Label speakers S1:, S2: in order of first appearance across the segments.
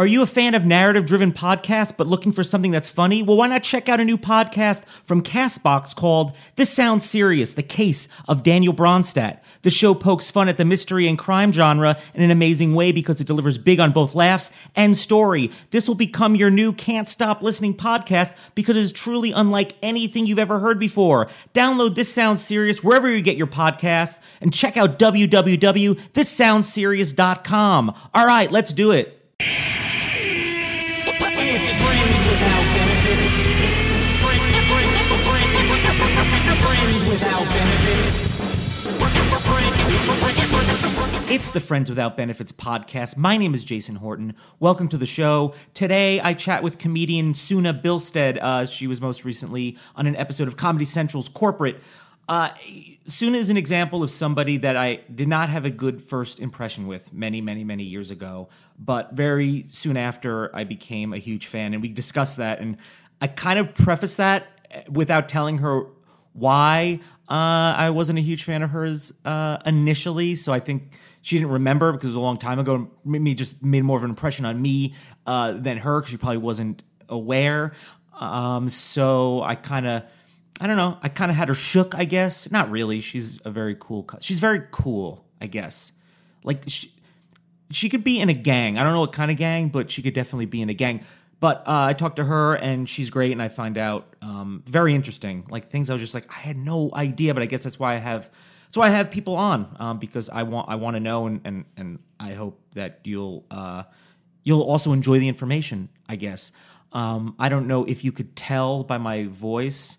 S1: Are you a fan of narrative driven podcasts but looking for something that's funny? Well, why not check out a new podcast from Castbox called This Sounds Serious The Case of Daniel Bronstadt? The show pokes fun at the mystery and crime genre in an amazing way because it delivers big on both laughs and story. This will become your new can't stop listening podcast because it is truly unlike anything you've ever heard before. Download This Sounds Serious wherever you get your podcasts and check out www.thissoundserious.com. All right, let's do it.
S2: It's friends without benefits. Friends, friends, friends, friends without benefits.
S1: It's the Friends Without Benefits podcast. My name is Jason Horton. Welcome to the show. Today, I chat with comedian Suna Bilstead. Uh, she was most recently on an episode of Comedy Central's Corporate. Uh, Suna is an example of somebody that I did not have a good first impression with many, many, many years ago. But very soon after, I became a huge fan, and we discussed that. And I kind of prefaced that eh, without telling her why uh, I wasn't a huge fan of hers uh, initially. So I think she didn't remember because it was a long time ago. and made Me just made more of an impression on me uh, than her because she probably wasn't aware. Um, so I kind of, I don't know, I kind of had her shook. I guess not really. She's a very cool. cu- She's very cool. I guess like she, she could be in a gang. I don't know what kind of gang, but she could definitely be in a gang. But uh, I talked to her and she's great, and I find out um, very interesting, like things I was just like I had no idea, but I guess that's why I have that's why I have people on um, because I want I want to know, and and and I hope that you'll uh, you'll also enjoy the information. I guess um, I don't know if you could tell by my voice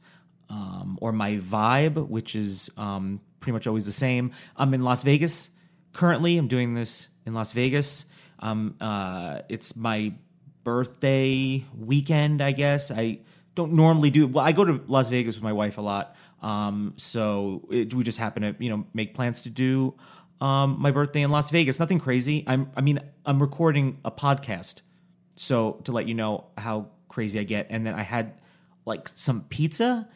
S1: um, or my vibe, which is um, pretty much always the same. I'm in Las Vegas currently. I'm doing this in Las Vegas. Um, uh, it's my birthday weekend, I guess. I don't normally do. Well, I go to Las Vegas with my wife a lot, um, so it, we just happen to you know make plans to do um, my birthday in Las Vegas. Nothing crazy. I'm. I mean, I'm recording a podcast so to let you know how crazy I get. And then I had like some pizza.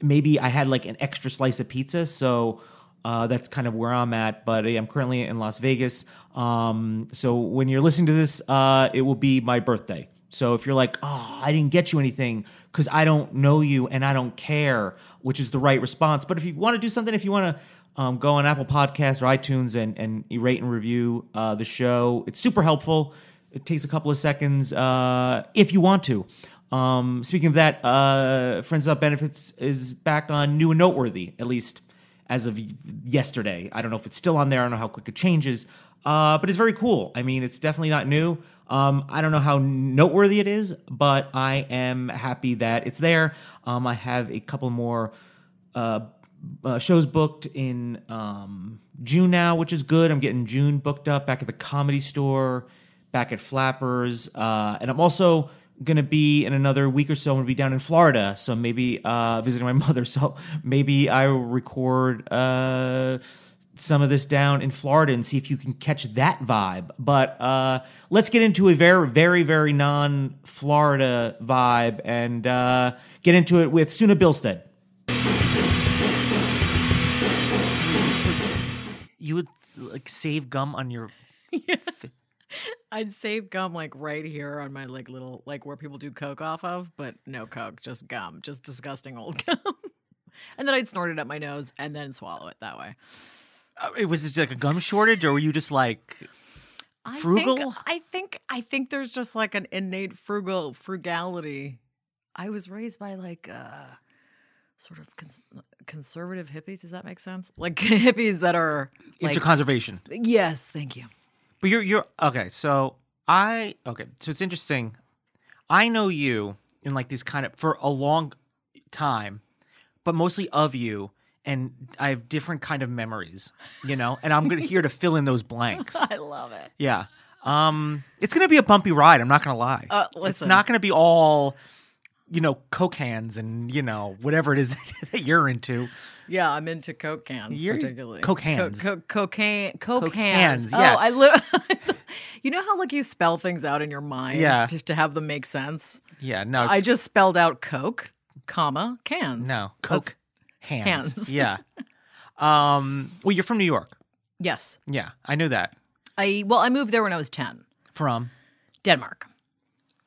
S1: Maybe I had like an extra slice of pizza. So uh, that's kind of where I'm at. But yeah, I'm currently in Las Vegas. Um, so when you're listening to this, uh, it will be my birthday. So if you're like, oh, I didn't get you anything because I don't know you and I don't care, which is the right response. But if you want to do something, if you want to um, go on Apple Podcasts or iTunes and and rate and review uh, the show. It's super helpful. It takes a couple of seconds uh, if you want to. Um, speaking of that, uh, Friends Without Benefits is back on New and Noteworthy, at least as of yesterday. I don't know if it's still on there. I don't know how quick it changes, uh, but it's very cool. I mean, it's definitely not new. Um, I don't know how noteworthy it is, but I am happy that it's there. Um, I have a couple more uh, uh, shows booked in um, June now, which is good. I'm getting June booked up back at the comedy store, back at Flappers, uh, and I'm also gonna be in another week or so. I'm gonna be down in Florida, so maybe uh, visiting my mother. So maybe I will record. Uh, some of this down in Florida and see if you can catch that vibe. But uh, let's get into a very, very, very non Florida vibe and uh, get into it with Suna Bilstead. you would like save gum on your
S3: I'd save gum like right here on my like little like where people do coke off of, but no coke, just gum, just disgusting old gum. and then I'd snort it up my nose and then swallow it that way.
S1: Uh, it was just like a gum shortage or were you just like
S3: I
S1: Frugal?
S3: Think, I think I think there's just like an innate frugal frugality. I was raised by like uh sort of cons- conservative hippies. Does that make sense? Like hippies that are like
S1: into conservation
S3: yes, thank you.
S1: but you're you're okay so i okay so it's interesting i know you in like these kind of for a long time but mostly of you and I have different kind of memories, you know, and I'm gonna here to fill in those blanks.
S3: I love it.
S1: Yeah. Um, it's gonna be a bumpy ride. I'm not gonna lie.
S3: Uh,
S1: it's
S3: listen.
S1: not gonna be all, you know, coke hands and you know whatever it is that you're into.
S3: Yeah, I'm into coke cans
S1: You're-
S3: particularly.
S1: Coke
S3: Co-
S1: hands.
S3: co- cocaine. Coke,
S1: Coke hands,
S3: hands.
S1: yeah.
S3: Oh, I live. you know how like you spell things out in your mind
S1: Yeah.
S3: to, to have them make sense.
S1: Yeah. No.
S3: I
S1: it's-
S3: just spelled out coke, comma cans.
S1: no coke hands.
S3: hands.
S1: Yeah. Um. Well, you're from New York.
S3: Yes,
S1: Yeah, I knew that
S3: I well I moved there when I was ten.
S1: from.
S3: Denmark.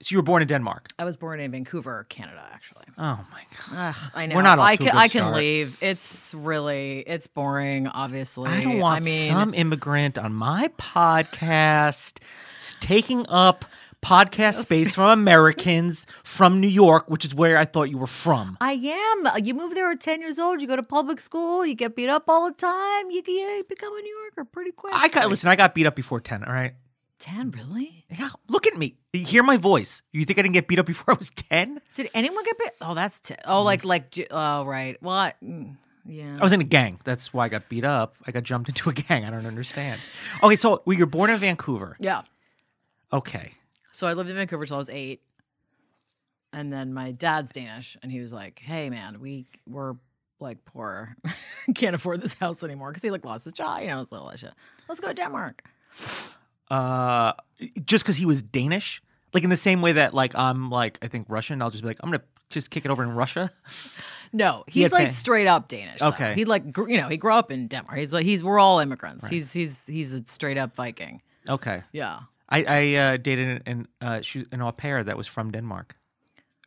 S1: So you were born in Denmark.
S3: I was born in Vancouver, Canada. Actually,
S1: Oh my god.
S3: Ugh, I know.
S1: We're not off to
S3: I
S1: a
S3: can.
S1: good
S3: I can
S1: start.
S3: leave. It's really. It's boring. Obviously,
S1: I don't want
S3: I mean,
S1: some immigrant on my podcast s- taking up podcast space from Americans from New York, which is where I thought you were from.
S3: I am. Uh, You move there at 10 years old, you go to public school, you get beat up all the time, you, can- you become a New Yorker pretty quick.
S1: I got listen. I got beat up before ten. All right.
S3: 10, really?
S1: Yeah. Look at me. You hear my voice. You think I didn't get beat up before I was ten?
S3: Did anyone get beat? Oh, that's 10.
S1: Mm.
S3: Oh, like, like, ju- oh, right. Well, I, mm, yeah.
S1: I was in a gang. That's why I got beat up. I got jumped into a gang. I don't understand. Okay, so well, you're born in Vancouver.
S3: yeah.
S1: Okay.
S3: So I lived in Vancouver till I was eight. And then my dad's Danish, and he was like, hey, man, we were like poor. Can't afford this house anymore because he like lost his job, you know, it's all that shit. Let's go to Denmark.
S1: Uh, just because he was Danish, like in the same way that like I'm like I think Russian, I'll just be like I'm gonna just kick it over in Russia.
S3: No,
S1: He
S3: he's
S1: had
S3: like
S1: fa-
S3: straight up Danish. though.
S1: Okay.
S3: he like gr- you know he grew up in Denmark. He's like he's we're all immigrants. He's he's he's a straight up Viking.
S1: Okay.
S3: Yeah,
S1: I, I uh, dated an an, uh, she, an au pair that was from Denmark.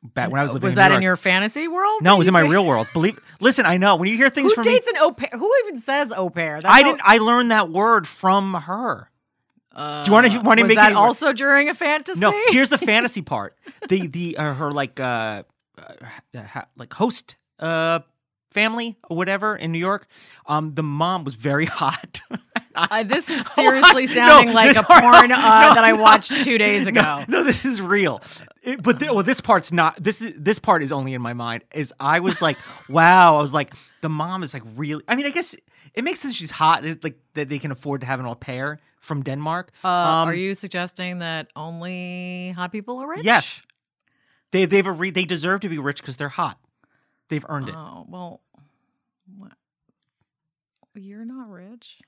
S1: Back when I was living
S3: was
S1: in
S3: that
S1: New York.
S3: in your fantasy world?
S1: No, it
S3: that
S1: was
S3: you
S1: in my
S3: date-
S1: real world. Believe, listen, I know when you hear things
S3: Who
S1: from
S3: dates
S1: me,
S3: an au pair? Who even says au pair? That's
S1: I
S3: how-
S1: didn't. I learned that word from her.
S3: Uh,
S1: Do you wanna- you wanna
S3: was
S1: make
S3: that
S1: it-
S3: also during a fantasy?
S1: No, here's the fantasy part. The the uh, her like uh, uh ha- like host uh family or whatever in New York. Um, the mom was very hot.
S3: I, Uh, this is seriously
S1: No,
S3: sounding like
S1: this
S3: a
S1: part-
S3: porn uh,
S1: no,
S3: that I
S1: no,
S3: watched two days ago.
S1: No, no, this is real. It- but thi- well, this part's not. This is this part is only in my mind. Is I was like, wow. I was like, the mom is like really. I mean, I guess it makes sense. She's hot. It's like that they can afford to have an au pair from Denmark.
S3: Uh,
S1: Um,
S3: are you suggesting that only hot people are rich?
S1: Yes, they they've a re- they deserve to be rich because they're hot. They've earned it.
S3: Oh well, what? you're not rich.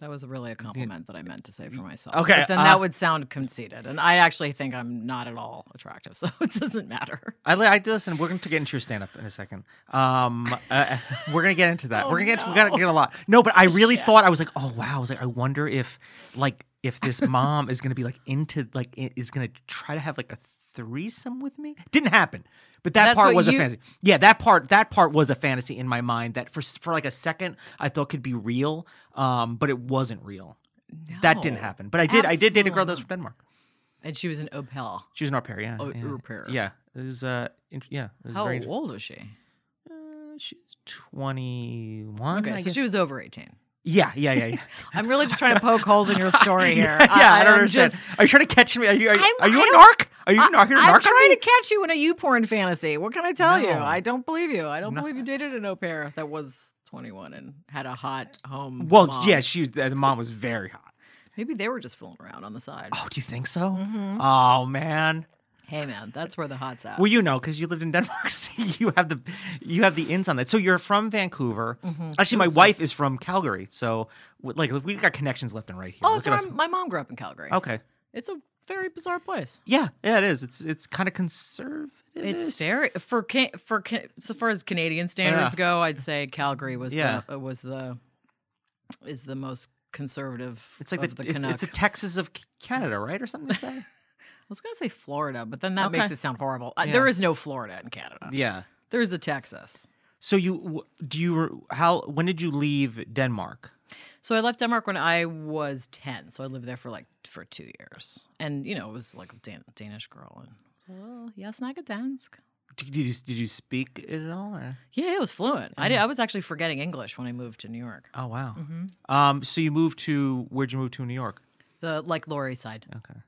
S3: That was really a compliment that I meant to say for myself.
S1: Okay,
S3: but then
S1: uh,
S3: that would sound conceited, and I actually think I'm not at all attractive, so it doesn't matter.
S1: I, li- I listen. We're going to get into your stand up in a second. Um, uh, we're going to get into that.
S3: Oh,
S1: we're going to get we
S3: no.
S1: got to get a lot. No, but I really
S3: Shit.
S1: thought I was like, oh wow. I was like, I wonder if like if this mom is going to be like into like i- is going to try to have like a threesome with me. Didn't happen. But that
S3: That's
S1: part
S3: what
S1: was a
S3: you-
S1: fantasy. Yeah, that part that part was a fantasy in my mind that for s- for like a second I thought could be real, um, but it wasn't real. that didn't
S3: No,
S1: happen. But I did I did date a girl
S3: absolutely
S1: that was from Denmark.
S3: And she was an Opel.
S1: She was an au pair. Yeah.
S3: Oh,
S1: yeah.
S3: au pair.
S1: Yeah. It was uh int- yeah. It was
S3: How
S1: very interesting.
S3: old was she?
S1: Uh, she's 21.
S3: Okay,
S1: I
S3: so
S1: guess.
S3: she was over 18.
S1: Yeah, yeah, yeah, yeah.
S3: I'm really just trying to poke holes in your story here.
S1: yeah, I, don't
S3: am
S1: understand.
S3: Just,
S1: are you trying to catch me? Are you are, you-
S3: I'm-
S1: are you
S3: I
S1: a
S3: don't-
S1: narc? Are you narc? You're a
S3: I, am
S1: narc on
S3: trying
S1: me?
S3: to catch you in a you porn fantasy. What can I tell you?
S1: No.
S3: I don't believe you. I don't
S1: No.
S3: believe you dated an au pair that was 21 and had a hot home.
S1: Well,
S3: mom.
S1: yeah, she was. The mom was very hot.
S3: Maybe they were just fooling around on the side.
S1: Oh, do you think so? Oh man.
S3: Hey, man, that's where the hot's at.
S1: Well, you know, because you lived in Denmark, so you have the you have the ins on that. So you're from Vancouver. Actually, my wife is from Calgary, so w- like we've got connections left and right here.
S3: oh,
S1: Look
S3: that's
S1: at
S3: where
S1: us.
S3: I'm- my mom grew up in Calgary.
S1: Okay.
S3: It's a very bizarre place.
S1: Yeah, yeah, it is. It's it's kind of conservative.
S3: It's very for ca- for ca- so far as Canadian standards
S1: Yeah.
S3: go, I'd say Calgary was
S1: Yeah.
S3: the uh, was the is the most conservative.
S1: It's like
S3: of
S1: the,
S3: the,
S1: it's, it's the
S3: Canucks.
S1: Texas of C- Canada, right, or something? Is that?
S3: I was gonna say Florida, but then that
S1: Okay.
S3: makes it sound horrible. Uh,
S1: Yeah.
S3: There is no Florida in Canada.
S1: yeah.
S3: There is a Texas.
S1: So you w- do you re- how when did you leave Denmark?
S3: So I left Denmark when I was ten. So I lived there for like for two years, and you know it was like a Dan- Danish girl and. Oh, yes, not Dansk.
S1: Did did you did you speak it at all? Or?
S3: Yeah, it was fluent. I, did, I was actually forgetting English when I moved to New York. Mm-hmm.
S1: Oh wow. Um. So you moved to where'd you move to in New York?
S3: The like Lower East Side.
S1: Okay.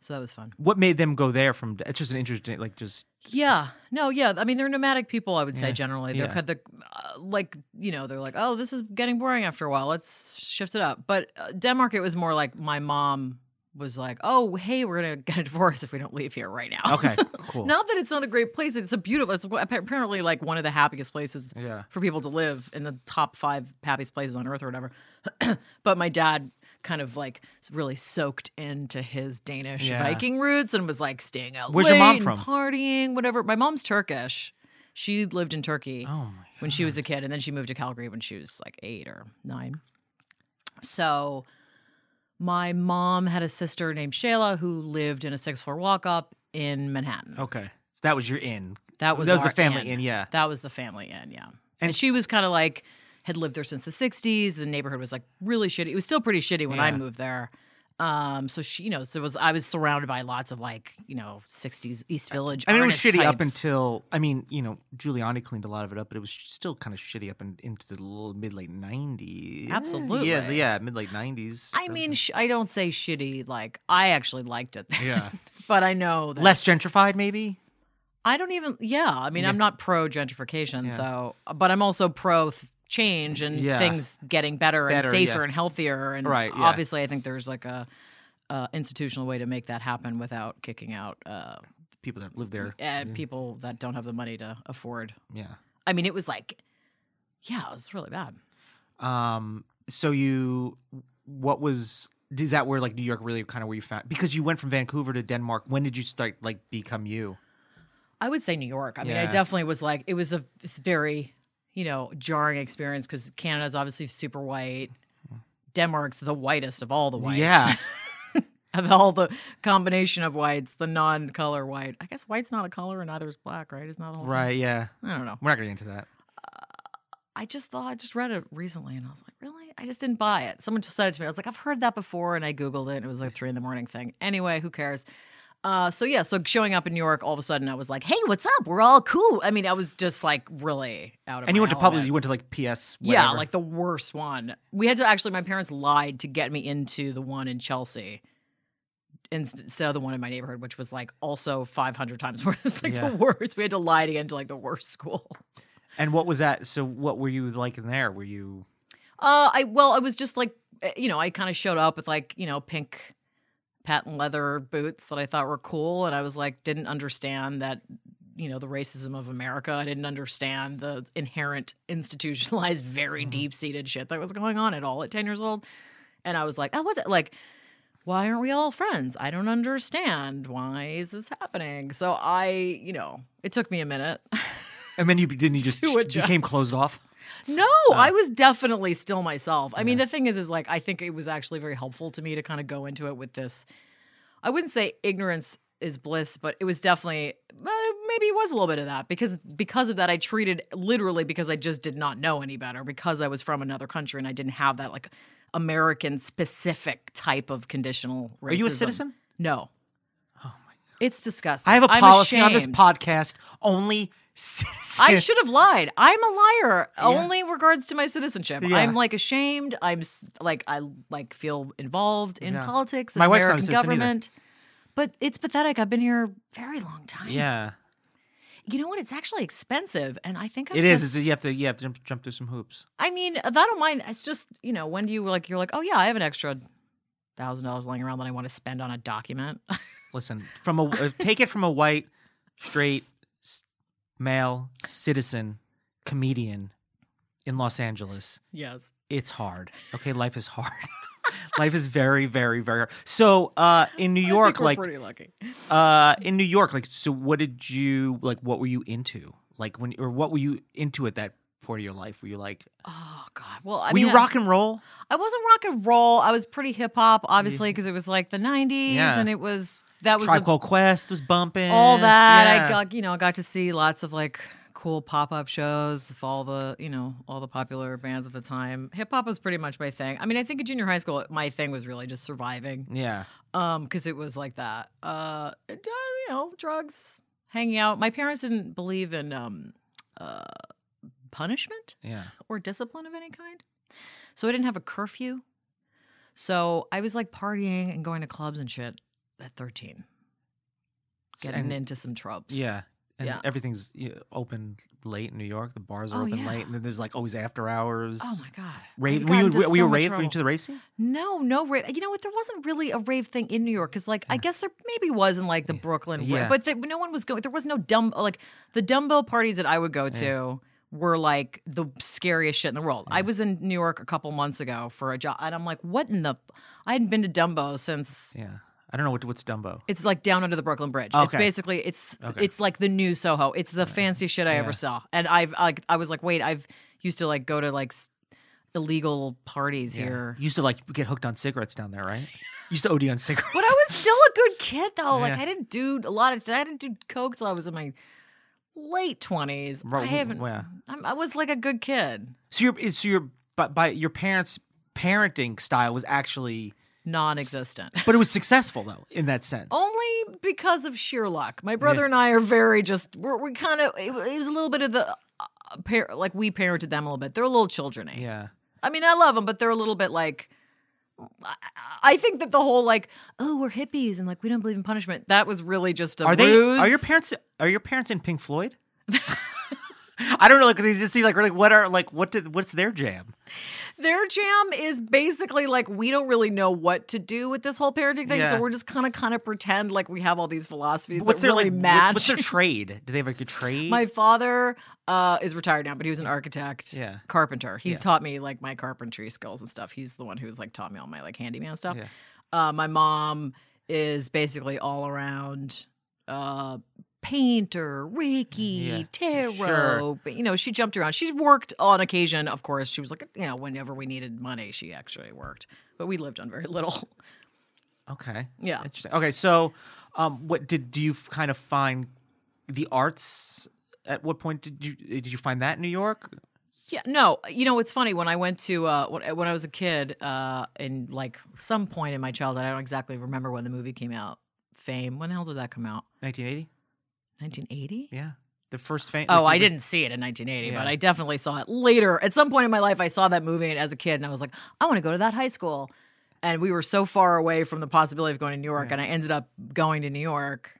S3: So that was fun.
S1: What made them go there from? It's just an interesting, like, just
S3: Yeah. No, yeah. I mean, they're nomadic people, I would
S1: Yeah.
S3: say, generally. They're
S1: Yeah.
S3: kind of uh, like, you know, they're like, oh, this is getting boring after a while. Let's shift it up. But uh, Denmark, it was more like my mom was like, oh, hey, we're going to get a divorce if we don't leave here right now.
S1: okay, cool.
S3: Not that it's not a great place. It's a beautiful, it's wha- apparently like one of the happiest places
S1: Yeah.
S3: for people to live in the top five happiest places on earth or whatever. but my dad kind of like really soaked into his Danish
S1: Yeah.
S3: Viking roots and was like staying out
S1: Where's
S3: late
S1: your mom
S3: and
S1: from?
S3: partying, whatever. My mom's Turkish. She lived in Turkey
S1: Oh my.
S3: when she was a kid, and then she moved to Calgary when she was like eight or nine. So my mom had a sister named Shayla who lived in a six floor walk up in Manhattan.
S1: Okay, so that was your in.
S3: That was
S1: that was the
S3: our
S1: family
S3: inn.
S1: in. Yeah.
S3: That was the family inn, yeah. And,
S1: And-
S3: she was kind of like had lived there since the '60s. The neighborhood was like really shitty. It was still pretty shitty when I
S1: Yeah.
S3: moved there. Um, so she, you know, so it was I was surrounded by lots of like you know '60s East Village.
S1: I mean, it was
S3: artist
S1: shitty up
S3: types.
S1: until I mean, you know, Giuliani cleaned a lot of it up, but it was still kind of shitty up in, into the little mid late nineties.
S3: Absolutely.
S1: yeah, yeah, mid late nineties.
S3: I mean, sh- I don't say shitty. Like I actually liked it,
S1: yeah,
S3: but I know that
S1: less gentrified, maybe.
S3: I don't even. Yeah, I mean, I'm not pro gentrification,
S1: Yeah.
S3: so but I'm also pro th- change and
S1: Yeah.
S3: things getting better,
S1: Better,
S3: and safer
S1: yeah.
S3: and healthier. And
S1: Right, yeah.
S3: obviously, I think there's like a, a institutional way to make that happen without kicking out uh,
S1: People that live there.
S3: uh, people that don't have the money to afford.
S1: Yeah.
S3: I mean, it was like, yeah, it was really bad.
S1: Um. So you, what was? Is that where like New York really kind of where you found? Because you went from Vancouver to Denmark. When did you start like become you?
S3: I would say New York. I mean, I
S1: Yeah.
S3: definitely was like, it was a s- very, you know, jarring experience because Canada's obviously super white. Denmark's the whitest of all the whites.
S1: Yeah.
S3: of all the combination of whites, the non-color white. I guess white's not a color and neither is black, right? It's not a whole thing?
S1: Right. Yeah.
S3: I don't know.
S1: We're not gonna get into that.
S3: I just thought I just read it recently and I was like, really? I just didn't buy it. Someone just said it to me. I was like, I've heard that before, and I googled it. and It was like three in the morning thing. Anyway, who cares? Uh, so yeah, so showing up in New York, all of a sudden I was like, "Hey, what's up? We're all cool." I mean, I was just like really out of.
S1: And you
S3: my
S1: went to
S3: element.
S1: public. You went to like PS.
S3: Yeah,
S1: whatever.
S3: like the worst one. We had to actually, my parents lied to get me into the one in Chelsea inst- instead of the one in my neighborhood, which was like also 500 times worse. It was like
S1: Yeah.
S3: the worst. We had to lie to get into like the worst school.
S1: And what was that? So what were you like in there? Were you?
S3: Uh, I, well, I was just like, eh, you know, I kind of showed up with like, you know, pink patent leather boots that I thought were cool. And I was like, didn't understand that. You know, the racism of America. I didn't understand the inherent institutionalized, very deep seated shit that was going on at all at 10 years old. And I was like, oh, what's it? Like, why aren't we all friends? I don't understand. Why is this happening? So I, you know, it took me a minute.
S1: And then you didn't you just
S3: To adjust.
S1: became closed off?
S3: No, I was definitely still myself. I mean, the thing is, is like I think it was actually very helpful to me to kind of go into it with this. I wouldn't say ignorance is bliss, but it was definitely uh, maybe it was a little bit of that because because of that I treated literally because I just did not know any better because I was from another country and I didn't have that like American specific type of conditional. Racism.
S1: Are you a citizen?
S3: No.
S1: Oh my
S3: It's disgusting.
S1: I have a
S3: I'm
S1: policy on this
S3: ashamed.
S1: podcast. Only citizens.
S3: I should have lied. I'm a liar only in regards to my citizenship.
S1: Yeah.
S3: I'm like ashamed. I'm s- like I like feel involved in
S1: Yeah.
S3: politics and
S1: My wife's not a
S3: American
S1: citizen either.
S3: government. But it's pathetic. I've been here a very long time.
S1: Yeah,
S3: You know what? It's actually expensive, and I think I'm
S1: it is.
S3: just-
S1: It's, you have to you have to jump, jump through some hoops.
S3: I mean, I don't mind. It's just you know when do you like you're like oh yeah I have an extra thousand dollars lying around that I want to spend on a document.
S1: Listen, from a uh, take it from a white, straight, s- male citizen, comedian, in Los Angeles.
S3: yes.
S1: It's hard. Okay, life is hard. life is very, very, very hard. So uh, in New York, like
S3: pretty lucky.
S1: uh in new york like so what did you like what were you into like when or what were you into at that point of your life were you like
S3: Oh God. Well, I
S1: were
S3: mean,
S1: you
S3: I-
S1: rock and roll
S3: I wasn't rock and roll. I was pretty hip hop, obviously, because it was like the '90s,
S1: Mm-hmm. Yeah.
S3: and it was that was
S1: tribe
S3: a-
S1: called quest was bumping
S3: all that. I
S1: Yeah.
S3: got you know I got to see lots of like cool pop up shows of all the you know all the popular bands at the time. Hip hop was pretty much my thing. I mean, I think in junior high school, my thing was really just surviving,
S1: yeah
S3: um, because it was like that. Uh, d- you know, drugs, hanging out. My parents didn't believe in um, uh, punishment
S1: yeah
S3: or discipline of any kind. So I didn't have a curfew. So I was like partying and going to clubs and shit at 13.
S1: S-
S3: Getting
S1: and-
S3: into some troubles.
S1: Yeah. And
S3: Yeah.
S1: everything's you know, open late in New York. The bars are
S3: Oh,
S1: open
S3: yeah.
S1: late, and then there's like always after hours.
S3: Oh my god.
S1: Rave.
S3: I've
S1: Were you,
S3: gotten to
S1: were you
S3: so
S1: a rave?
S3: much
S1: Were you
S3: trouble.
S1: into the rave scene?
S3: No, no rave. You know what? There wasn't really a rave thing in New York because, like, I guess there maybe was in like the Brooklyn, rave,
S1: Yeah.
S3: but the, no one was going. There was no dumb like the dumbbell parties that I would go to were like the scariest shit in the world. I was in New York a couple months ago for a job, and I'm like, what in the? f- I hadn't been to Dumbo since.
S1: Yeah. I don't know what, what's Dumbo.
S3: It's like down under the Brooklyn Bridge. It's
S1: Okay.
S3: basically it's
S1: Okay.
S3: it's like the new Soho. It's the fancy shit I
S1: Yeah.
S3: ever saw. And I've like I was like, wait, I've used to like go to like s- illegal parties
S1: Yeah.
S3: here.
S1: You used to like get hooked on cigarettes down there, right? You used to OD on cigarettes.
S3: But I was still a good kid though. Like
S1: Yeah.
S3: I didn't do a lot of I didn't do coke till I was in my late twenties.
S1: Right,
S3: I haven't.
S1: yeah.
S3: I'm, I was like a good kid,
S1: so your so your but by your parents' parenting style was actually,
S3: non-existent.
S1: but it was successful though in that sense.
S3: Oh. Only because of sheer luck. My brother and I are very just. We're, we kind of. It, was- it was a little bit of the. Uh, par- like we parented them a little bit. They're little children. eh?
S1: Yeah.
S3: I mean, I love them, but they're a little bit like. I- I think that the whole like, oh, we're hippies and like we don't believe in punishment. That was really just a
S1: Are they?
S3: ruse.
S1: Are your parents? Are your parents in Pink Floyd? I don't know. Like they just seem like really. What are like? What did? What's their jam?
S3: Their jam is basically like we don't really know what to do with this whole parenting thing, so
S1: Yeah.
S3: we're just kind of kind of pretend like we have all these philosophies
S1: What's
S3: that
S1: their
S3: really
S1: like? what-
S3: match.
S1: What's their trade? Do they have like a trade?
S3: My father uh, is retired now, but he was an architect,
S1: Yeah.
S3: carpenter. He's
S1: Yeah.
S3: taught me like my carpentry skills and stuff. He's the one who's like taught me all my like handyman stuff.
S1: Yeah.
S3: Uh, my mom is basically all around uh, painter, Reiki,
S1: Yeah,
S3: tarot.
S1: sure.
S3: But you know, she jumped around. She's worked on occasion, of course. She was like, you know, whenever we needed money, she actually worked. But we lived on very little.
S1: Okay.
S3: Yeah.
S1: Interesting. Okay, so um, what did do you f- kind of find the arts? At what point did you did you find that in New York?
S3: Yeah, no, you know it's funny when I went to uh, when, when I was a kid uh, in like some point in my childhood, I don't exactly remember when the movie came out. Fame. When the hell did that come out?
S1: 1980.
S3: 1980.
S1: Yeah, the first fame.
S3: Oh, I didn't see it in 1980, but
S1: Yeah.
S3: I definitely saw it later. At some point in my life, I saw that movie and as a kid, and I was like, I want to go to that high school. And we were so far away from the possibility of going to New York, and I ended up going to New York.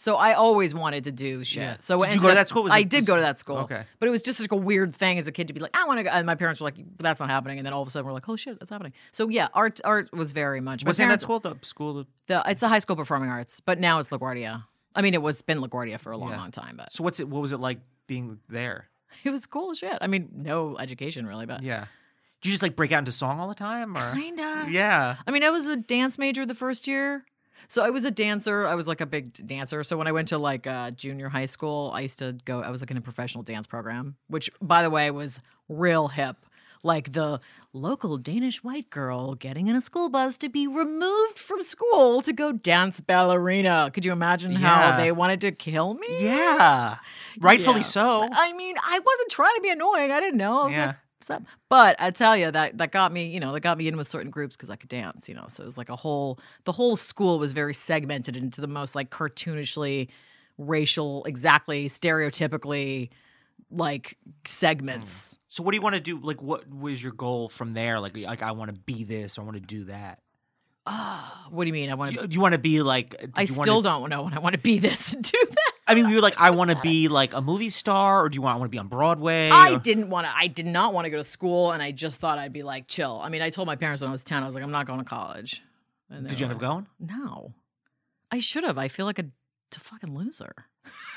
S3: So I always wanted to do shit.
S1: Yeah.
S3: So
S1: Did you
S3: it ended
S1: go to
S3: up-
S1: that school? Was
S3: I
S1: it-
S3: did
S1: was-
S3: go to that school.
S1: Okay.
S3: But it was just like a weird thing as a kid to be like, I want to go. And my parents were like, that's not happening. And then all of a sudden we're like, holy shit, that's happening. So yeah, art art was very much. my
S1: Was that
S3: parents-
S1: school? The school. Of,
S3: The, it's a high school performing arts, but now it's LaGuardia. I mean, it was been LaGuardia for a long,
S1: Yeah.
S3: long time, but
S1: so what's it? What was it like being there?
S3: it was cool as shit. I mean, no education really, but
S1: Yeah. Did you just like break out into song all the time, or
S3: Uh, kinda.
S1: yeah?
S3: I mean, I was a dance major the first year. So I was a dancer. I was like a big d- dancer. So when I went to like uh, junior high school, I used to go. I was like in a professional dance program, which, by the way, was real hip. Like the local Danish white girl getting in a school bus to be removed from school to go dance ballerina. Could you imagine
S1: Yeah.
S3: how they wanted to kill me?
S1: Yeah. Rightfully
S3: Yeah.
S1: so.
S3: I mean, I wasn't trying to be annoying. I didn't know. I was
S1: Yeah.
S3: like, "Sup?" But I tell you that that got me, you know, that got me in with certain groups because I could dance, you know. So it was like a whole the whole school was very segmented into the most like cartoonishly racial, exactly stereotypically like segments.
S1: so what do you want to do? Like, what was your goal from there? Like, like I want to be this. I want to do that.
S3: What do you mean? I want
S1: Do
S3: to.
S1: you, do you want to be like? did
S3: I
S1: you wanna-
S3: still don't know when I want to be this and do that.
S1: I mean, we were like, I want to be like a movie star, or do you want? I want to be on Broadway.
S3: I
S1: or-
S3: didn't want to. I did not want to go to school, and I just thought I'd be like chill. I mean, I told my parents when I was ten, I was like, I'm not going to college. And they
S1: Did you
S3: were
S1: end up
S3: like,
S1: going?
S3: No, I should have. I feel like a t- fucking loser.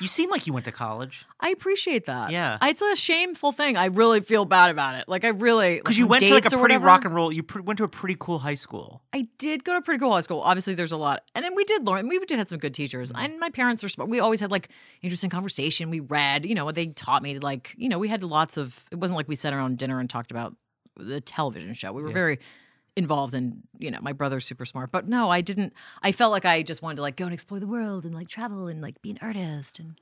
S1: You seem like you went to college
S3: I appreciate that.
S1: Yeah.
S3: I- it's a shameful thing. I really feel bad about it. Like I really
S1: because
S3: like,
S1: you
S3: on
S1: went to like a
S3: dates or
S1: pretty
S3: whatever,
S1: rock and roll. You pr- went to a pretty cool high school.
S3: I did go to pretty cool high school. Obviously, there's a lot, and then we did learn. We did have some good teachers, and my parents were. smart. We always had like interesting conversation. We read, you know, they taught me to like, you know, we had lots of. It wasn't like we sat around dinner and talked about the television show. We were very involved in, you know, my brother's super smart, but no, I didn't. I felt like I just wanted to like go and explore the world and like travel and like be an artist and.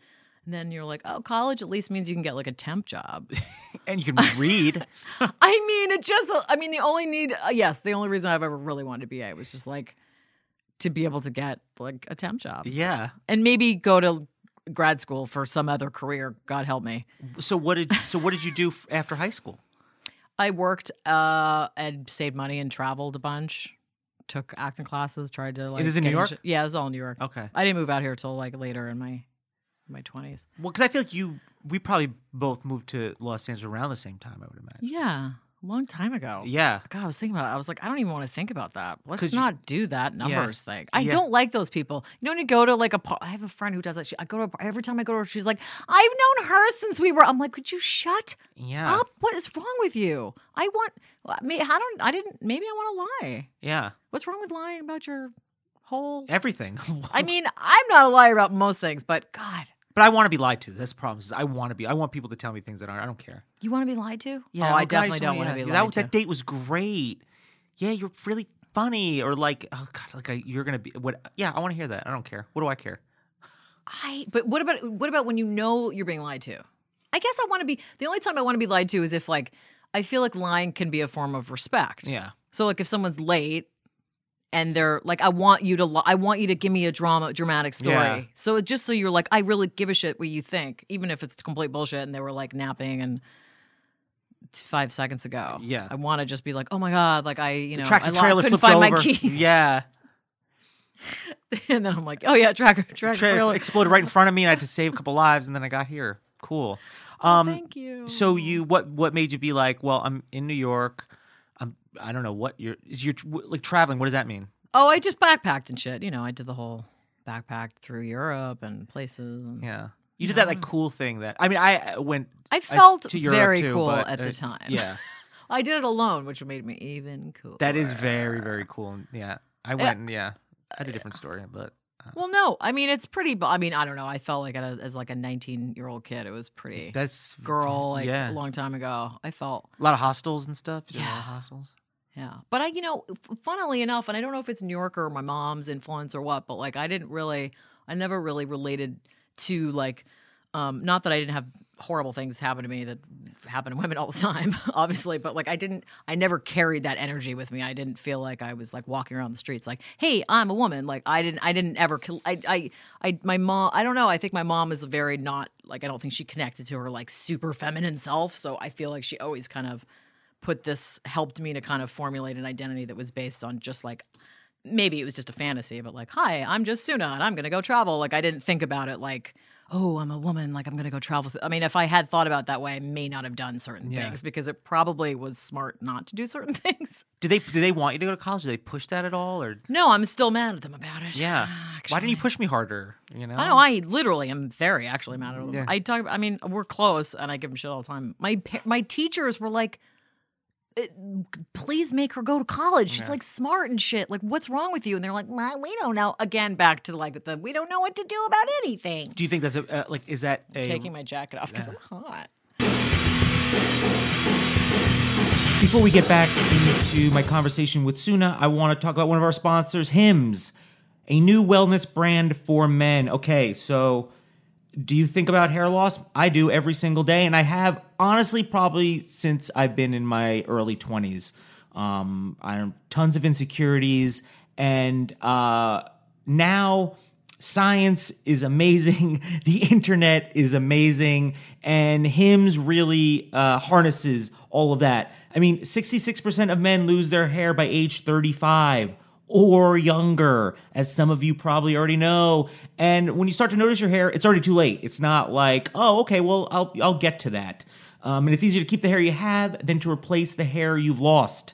S3: And then you're like, oh, college at least means you can get like a temp job.
S1: And you can read.
S3: I mean, it just, I mean, the only need, uh, yes, the only reason I've ever really wanted to be a was just like to be able to get like a temp job
S1: yeah.
S3: and maybe go to grad school for some other career. God help me.
S1: So what did so what did you do f- after high school?
S3: I worked uh, and saved money and traveled a bunch. took acting classes, tried to like.
S4: is in
S3: get
S4: New York? Oh.
S3: into- yeah, it was all in New York.
S4: Okay.
S3: I didn't move out here till like later in my my twenties.
S4: Well, because I feel like you, we probably both moved to Los Angeles around the same time. I would imagine.
S3: Yeah, a long time ago.
S4: Yeah.
S3: God, I was thinking about it. I was like, I don't even want to think about that. Let's
S4: 'Cause you-
S3: not do that numbers thing. I
S4: Yeah.
S3: don't like those people. You know, when you go to like a par- I have a friend who does that. She, I go to a par- every time I go to her, she's like, I've known her since we were. I'm like, could you shut
S4: Yeah.
S3: up? What is wrong with you? I want. I mean, I don't. I didn't. Maybe I want to lie.
S4: Yeah.
S3: What's wrong with lying about your whole?
S4: Everything.
S3: I mean, I'm not a liar about most things, but God,
S4: but I want to be lied to. That's the problem. Is I want to be. I want people to tell me things that aren't. I don't care.
S3: you want to be lied to?
S4: Yeah,
S3: oh, I
S4: okay,
S3: definitely
S4: just
S3: don't want
S4: wanna-
S3: to be
S4: yeah,
S3: lied
S4: that,
S3: to.
S4: That date was great. Yeah, you're really funny, or like, oh god, like I, you're gonna be what? Yeah, I want to hear that. I don't care. What do I care?
S3: I but what about what about when you know you're being lied to? I guess I want to be the only time I want to be lied to is if like I feel like lying can be a form of respect.
S4: Yeah,
S3: So like if someone's late and they're like I want you to li- I want you to give me a drama dramatic story.
S4: Yeah.
S3: So it- just so you're like I really give a shit what you think even if it's complete bullshit and they were like napping and it's 5 seconds ago.
S4: Yeah.
S3: I want to just be like, "Oh my god, like I, you know,
S4: the
S3: I
S4: tractor
S3: lo-
S4: trailer
S3: couldn't
S4: flipped
S3: find
S4: over.
S3: my keys."
S4: Yeah,
S3: and then I'm like, "Oh yeah, tracker tracker
S4: Tra-
S3: trailer."
S4: exploded right in front of me, and I had to save a couple lives, and then I got here. Cool. Um,
S3: Thank you.
S4: so
S3: Mm.
S4: you what what made you be like? Well, I'm in New York. I'm I don't know what you're is you're tr- like traveling. What does that mean?
S3: Oh, I just backpacked and shit. You know, I did the whole backpack through Europe and places. And
S4: Yeah, you did that like cool thing that I mean I uh, went.
S3: I
S4: uh,
S3: felt
S4: to Europe
S3: very
S4: too,
S3: cool
S4: but,
S3: at
S4: uh,
S3: the time.
S4: Yeah.
S3: I did it alone, which made me even cooler.
S4: That is very very cool. and- Yeah, I went. and Yeah, I
S3: Uh,
S4: had a different story, but
S3: Well, no, I mean it's pretty. bu- I mean, I don't know. I felt like at a, as like a 19 year old kid, it was pretty
S4: that's
S3: eh, girl. Like
S4: yeah,
S3: a long time ago, I felt
S4: a lot of hostels and stuff. You did a lot of
S3: Yeah.
S4: hostels.
S3: Yeah. But I, you know, f- funnily enough, and I don't know if it's New York or my mom's influence or what, but like I didn't really, I never really related to like, um, not that I didn't have horrible things happen to me that happen to women all the time, obviously, but like I didn't, I never carried that energy with me. I didn't feel like I was like walking around the streets like, hey, I'm a woman. Like I didn't, I didn't ever, col- I, I, I, my mom, I don't know. I think my mom is very not like, I don't think she connected to her like super feminine self. So I feel like she always kind of, put this helped me to kind of formulate an identity that was based on just like maybe it was just a fantasy, but like, hi, I'm just Suna and I'm gonna go travel. Like I didn't think about it like, oh, I'm a woman, like I'm gonna go travel. I mean, if I had thought about it that way, I may not have done certain
S4: Yeah.
S3: things because it probably was smart not to do certain things.
S4: Do they do they want you to go to college? Do they push that at all? Or
S3: No, I'm still mad at them about it. Ah,
S4: yeah, why didn't you
S3: actually.
S4: push me harder? You know,
S3: I
S1: Um,
S3: know. I literally am very actually mad at them.
S4: Yeah.
S3: I talk. I mean, we're close, and I give them shit all the time. My pa- my teachers were like, "Eh, "Please make her go to college. She's
S4: Yeah.
S3: like smart and shit. Like, what's wrong with you?" And they're like, "Well, "We don't know." Again, back to like the we don't know what to do about anything.
S4: do you think that's a uh, like is that a
S3: Taking my jacket off because I'm hot.
S1: Before we get back into my conversation with Suna, I want to talk about one of our sponsors, Hims, a new wellness brand for men. Okay, so do you think about hair loss? I do every single day, and I have honestly probably since I've been in my early 20s. Um, I have tons of insecurities, and uh, now science is amazing, the internet is amazing, and Hims really uh, harnesses all of that. I mean, 66% of men lose their hair by age 35 or younger, as some of you probably already know. And when you start to notice your hair, it's already too late. It's not like, oh, okay, well, I'll I'll get to that. Um, and it's easier to keep the hair you have than to replace the hair you've lost.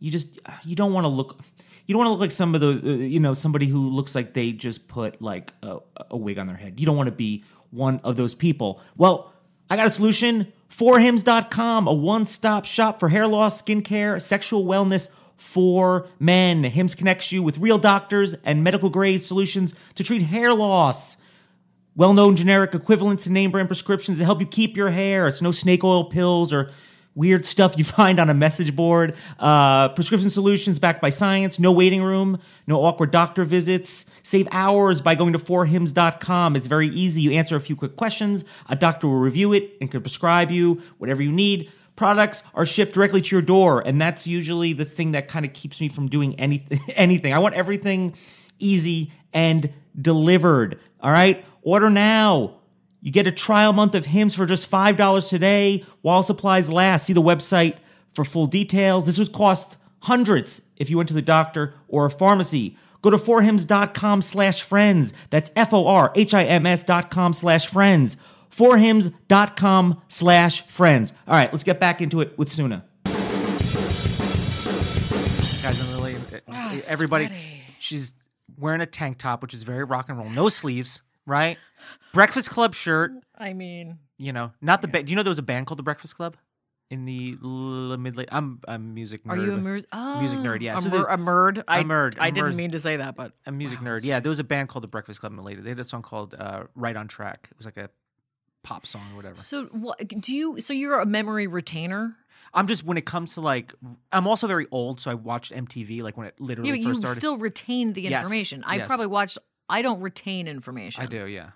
S1: You just you don't want to look. You don't want to look like some of those, uh, you know, somebody who looks like they just put like a, a wig on their head. You don't want to be one of those people. Well, I got a solution. Forhims.com, a one-stop shop for hair loss, skincare, sexual wellness for men. Hims connects you with real doctors and medical grade solutions to treat hair loss. Well known generic equivalents and name brand prescriptions to help you keep your hair. It's no snake oil pills or weird stuff you find on a message board. Uh, prescription solutions backed by science, no waiting room, no awkward doctor visits. Save hours by going to 4hims.com. It's very easy. You answer a few quick questions, a doctor will review it and can prescribe you whatever you need products are shipped directly to your door and that's usually the thing that kind of keeps me from doing anything anything i want everything easy and delivered all right order now you get a trial month of hymns for just $5 today while supplies last see the website for full details this would cost
S5: Hundreds if you went to the doctor or a pharmacy. Go to forhims.com slash friends. That's F-O-R-H-I-M-S dot com slash friends. Forhims.com slash friends. All right, let's get back into it with Suna.
S1: Guys, I'm really. everybody, she's wearing a tank top, which is very rock and roll. No sleeves, right? Breakfast Club shirt.
S3: I mean,
S1: You know, not the. Ba- Do you know there was a band called the Breakfast Club in the l- mid late? I'm a music. Nerd.
S3: are you a mer- oh,
S1: music nerd, yeah.
S3: A,
S1: So
S3: mer-
S1: the-
S3: a nerd? I,
S1: a nerd,
S3: I
S1: a
S3: didn't
S1: nerd.
S3: mean to say that, but
S1: a music
S3: Wow.
S1: nerd. Yeah, there was a band called the Breakfast Club in the later. They had a song called uh, "Right on Track." It was like a pop song or whatever.
S3: So what do you? So you're a memory retainer.
S1: I'm just when it comes to like, I'm also very old, so I watched MTV like when it literally
S3: Yeah, but
S1: first
S3: you
S1: started.
S3: still retain the
S1: Yes,
S3: information. I
S1: yes.
S3: probably watched. I don't retain information.
S1: I do, yeah.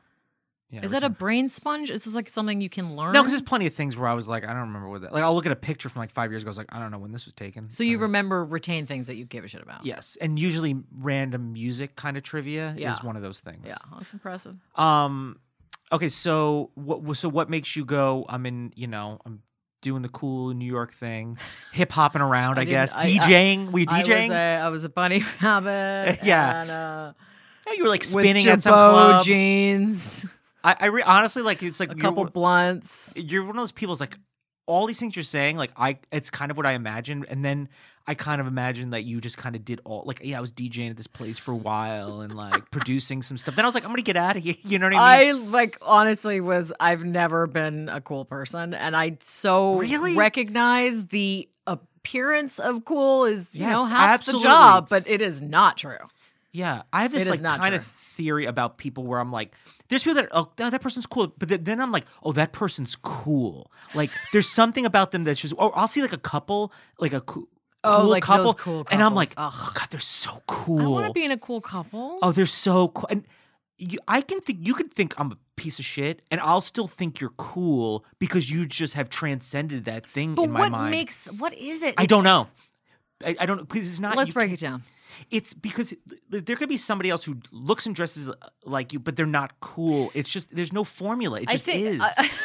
S1: yeah
S3: Is that a
S1: original.
S3: brain sponge? Is this like something you can learn?
S1: No, because there's plenty of things where I was like, I don't remember what that. Like, I'll look at a picture from like five years ago. I was like, I don't know when this was taken.
S3: so you
S1: remember?
S3: remember retain things that you give a shit about.
S1: Uh-huh. Yes, and usually random music kind of trivia
S3: Yeah.
S1: is one of those things.
S3: yeah, that's impressive.
S1: Um. Okay. So what? So what makes you go? I'm in. You know. I'm doing the cool New York thing, hip hopping around. I,
S3: I
S1: guess
S3: didn't- I- I-
S1: DJing. Were you
S3: I was uh,
S1: DJing?
S3: a, I was a bunny rabbit.
S1: Yeah.
S3: and, uh,
S1: Yeah, you were like
S3: with
S1: spinning at some
S3: Jabot
S1: club.
S3: jeans,
S1: I, I re- honestly like. It's like
S3: a
S1: you're,
S3: couple blunts.
S1: you're one of those people. It's like all these things you're saying. Like I, it's kind of what I imagined, and then. I kind of imagined that you just kind of did all like yeah I was DJing at this place for a while and like producing some stuff. Then I was like I'm gonna get out of here. You know what I mean?
S3: I like honestly was I've never been a cool person, and I so
S1: Really?
S3: recognize the appearance of cool is you know
S1: Yes,
S3: half
S1: absolutely.
S3: the job, but it is not true.
S1: Yeah, I have this
S3: It
S1: like
S3: is not
S1: kind of
S3: true.
S1: theory about people where I'm like, there's people that oh that that person's cool, but th- then I'm like, oh that person's cool. Like there's something about them that's just. Or I'll see like a couple, like a coo- cool,
S3: Oh, like those
S1: couple,
S3: cool
S1: and I'm like,
S3: couples.
S1: oh
S3: Ugh.
S1: god, they're so
S3: I
S1: cool.
S3: want to be in a cool couple.
S1: oh, they're so cool. And you, I can think you could think I'm a piece of shit, and I'll still think you're cool because you just have transcended that thing
S3: but
S1: in my
S3: what
S1: mind.
S3: makes what is it?
S1: I don't know. I, I don't because it's not.
S3: Let's
S1: you
S3: break it down.
S1: it's because th- there could be somebody else who looks and dresses uh, like you, but they're not cool. It's just there's no formula. It just
S3: I think uh,
S1: is.
S3: I-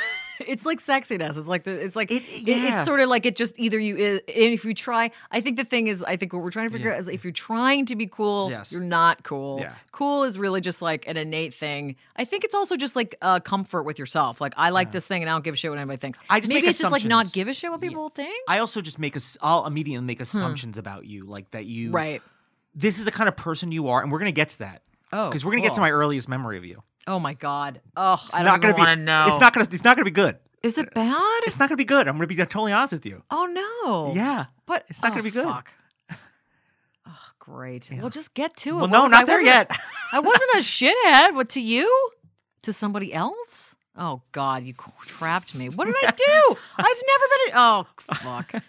S3: it's like sexiness. It's like the it's like
S1: It-
S3: it,
S1: yeah.
S3: it's sort of like it just either you is and if you try. I think the thing is, I think what we're trying to figure out is if you're trying to be cool,
S1: Yes.
S3: you're not cool.
S1: Yeah.
S3: Cool is really just like an innate thing. I think it's also just like uh, comfort with yourself. Like I like this thing and I don't give a shit what anybody thinks.
S1: I just
S3: maybe
S1: make
S3: it's just like not
S1: assumptions.
S3: give a shit what
S1: Yeah.
S3: people think.
S1: I also just make ass- I'll immediately make assumptions about you, like that you.
S3: Hmm.
S1: Oh,
S3: Right.
S1: This is the kind of person you are, and we're gonna get to that.
S3: Oh,
S1: because we're gonna get to
S3: cool.
S1: my earliest memory of you.
S3: Oh my god. Oh,
S1: It's
S3: I don't
S1: not
S3: even
S1: gonna
S3: want
S1: be.
S3: to know.
S1: It's not gonna. It's not gonna be good.
S3: Is it bad?
S1: It's not gonna be good. I'm gonna be totally honest with you.
S3: oh no.
S1: Yeah.
S3: But
S1: It's not gonna be good.
S3: Fuck. Oh, great. Well, just get to it.
S1: Well,
S3: What
S1: no,
S3: was- I
S1: not there
S3: wasn't a-
S1: yet.
S3: I wasn't a shithead. What to you? To somebody else? Oh God, you c- trapped me. What did I do? I've never been. A- oh fuck.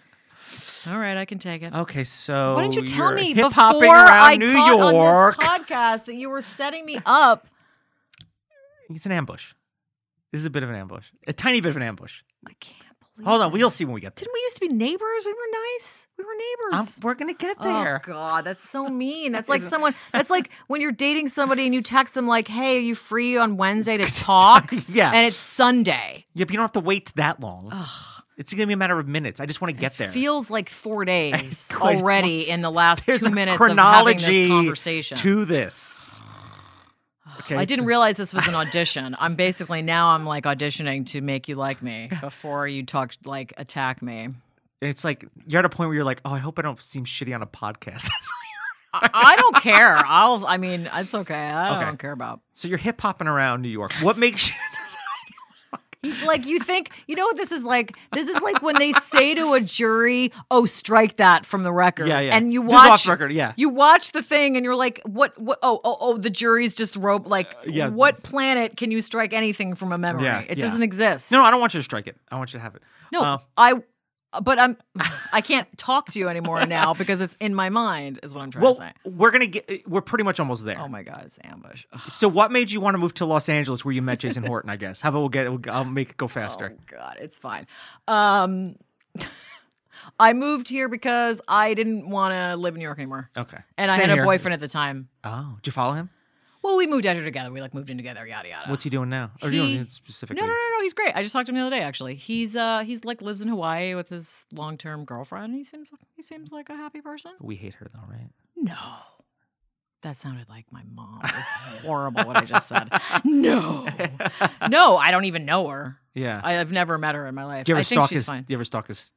S3: All right, I can take it.
S1: okay, so
S3: Why didn't you
S1: Oh,
S3: tell
S1: you're
S3: me before
S1: hip-hopping around
S3: I
S1: New
S3: caught
S1: York?
S3: on this podcast that you were setting me up?
S1: It's an ambush. This is a bit of an ambush. A tiny bit of an ambush.
S3: I can't believe.
S1: Hold on,
S3: it.
S1: we'll see when we get there.
S3: Didn't we used to be neighbors? We were nice. We were
S1: I'm,
S3: neighbors.
S1: we're gonna get
S3: Oh
S1: there.
S3: God, that's so mean. That's like someone. That's like when you're dating somebody and you text them like, "Hey, are you free on Wednesday to talk?"
S1: Yeah.
S3: and Oh. it's Sunday.
S1: Yep, you don't have to wait that long. It's gonna be a matter of minutes. I just want to get there.
S3: Feels like four days
S1: quite-
S3: already in the last
S1: There's
S3: two
S1: a
S3: minutes of having
S1: chronology
S3: this conversation.
S1: to this. Okay,
S3: I didn't realize this was an audition. I'm basically now I'm like auditioning to make you like me before you talk like attack me.
S1: It's like you're at a point where you're like, oh, I hope I don't seem shitty on a podcast.
S3: I, I don't care. I'll. I mean, it's okay. I
S1: Okay.
S3: don't care about.
S1: so you're hip hopping around New York. What makes you?
S3: He- like you think you know what this is like this is like when they say to a jury oh strike that from the record
S1: Yeah, yeah.
S3: and you
S1: This is
S3: watch
S1: off record, yeah.
S3: you watch the thing and you're like what what oh oh oh the jury's just rope like
S1: Uh, yeah.
S3: what planet can you strike anything from a memory
S1: Yeah,
S3: it
S1: yeah.
S3: doesn't exist
S1: no, no, I don't want you to strike it. I want you to have it.
S3: no
S1: Uh,
S3: i but i'm i can't talk to you anymore now because it's in my mind is what i'm trying to
S1: well,
S3: say
S1: we're gonna get. We're pretty much almost there.
S3: oh my god it's ambush Oh Ugh.
S1: so what made you want to move to Los Angeles where you met Jason Horton? I guess. How about we'll get? We'll, I'll make it go faster.
S3: Oh God, it's fine. Um, I moved here because I didn't want to live in New York anymore,
S1: Okay.
S3: and I
S1: Same
S3: had a
S1: here.
S3: boyfriend at the time.
S1: Oh, did you follow him?
S3: Well, Well, we moved out here together. We like moved in together. Yada yada.
S1: What's he doing now? Or you
S3: He-
S1: don't know
S3: no,
S1: specifically.
S3: no, no, no. He's great. I just talked to him the other day. Actually, he's uh, he's like lives in Hawaii with his long term girlfriend. He seems he seems like a happy person.
S1: We hate her though, right?
S3: No, that sounded like my mom. It was horrible what I just said. No, no, I don't even know her.
S1: Yeah.
S3: I, I've never met her in my life.
S1: do you ever
S3: I think
S1: stalk
S3: she's
S1: his?
S3: fine.
S1: Do you ever stalk his?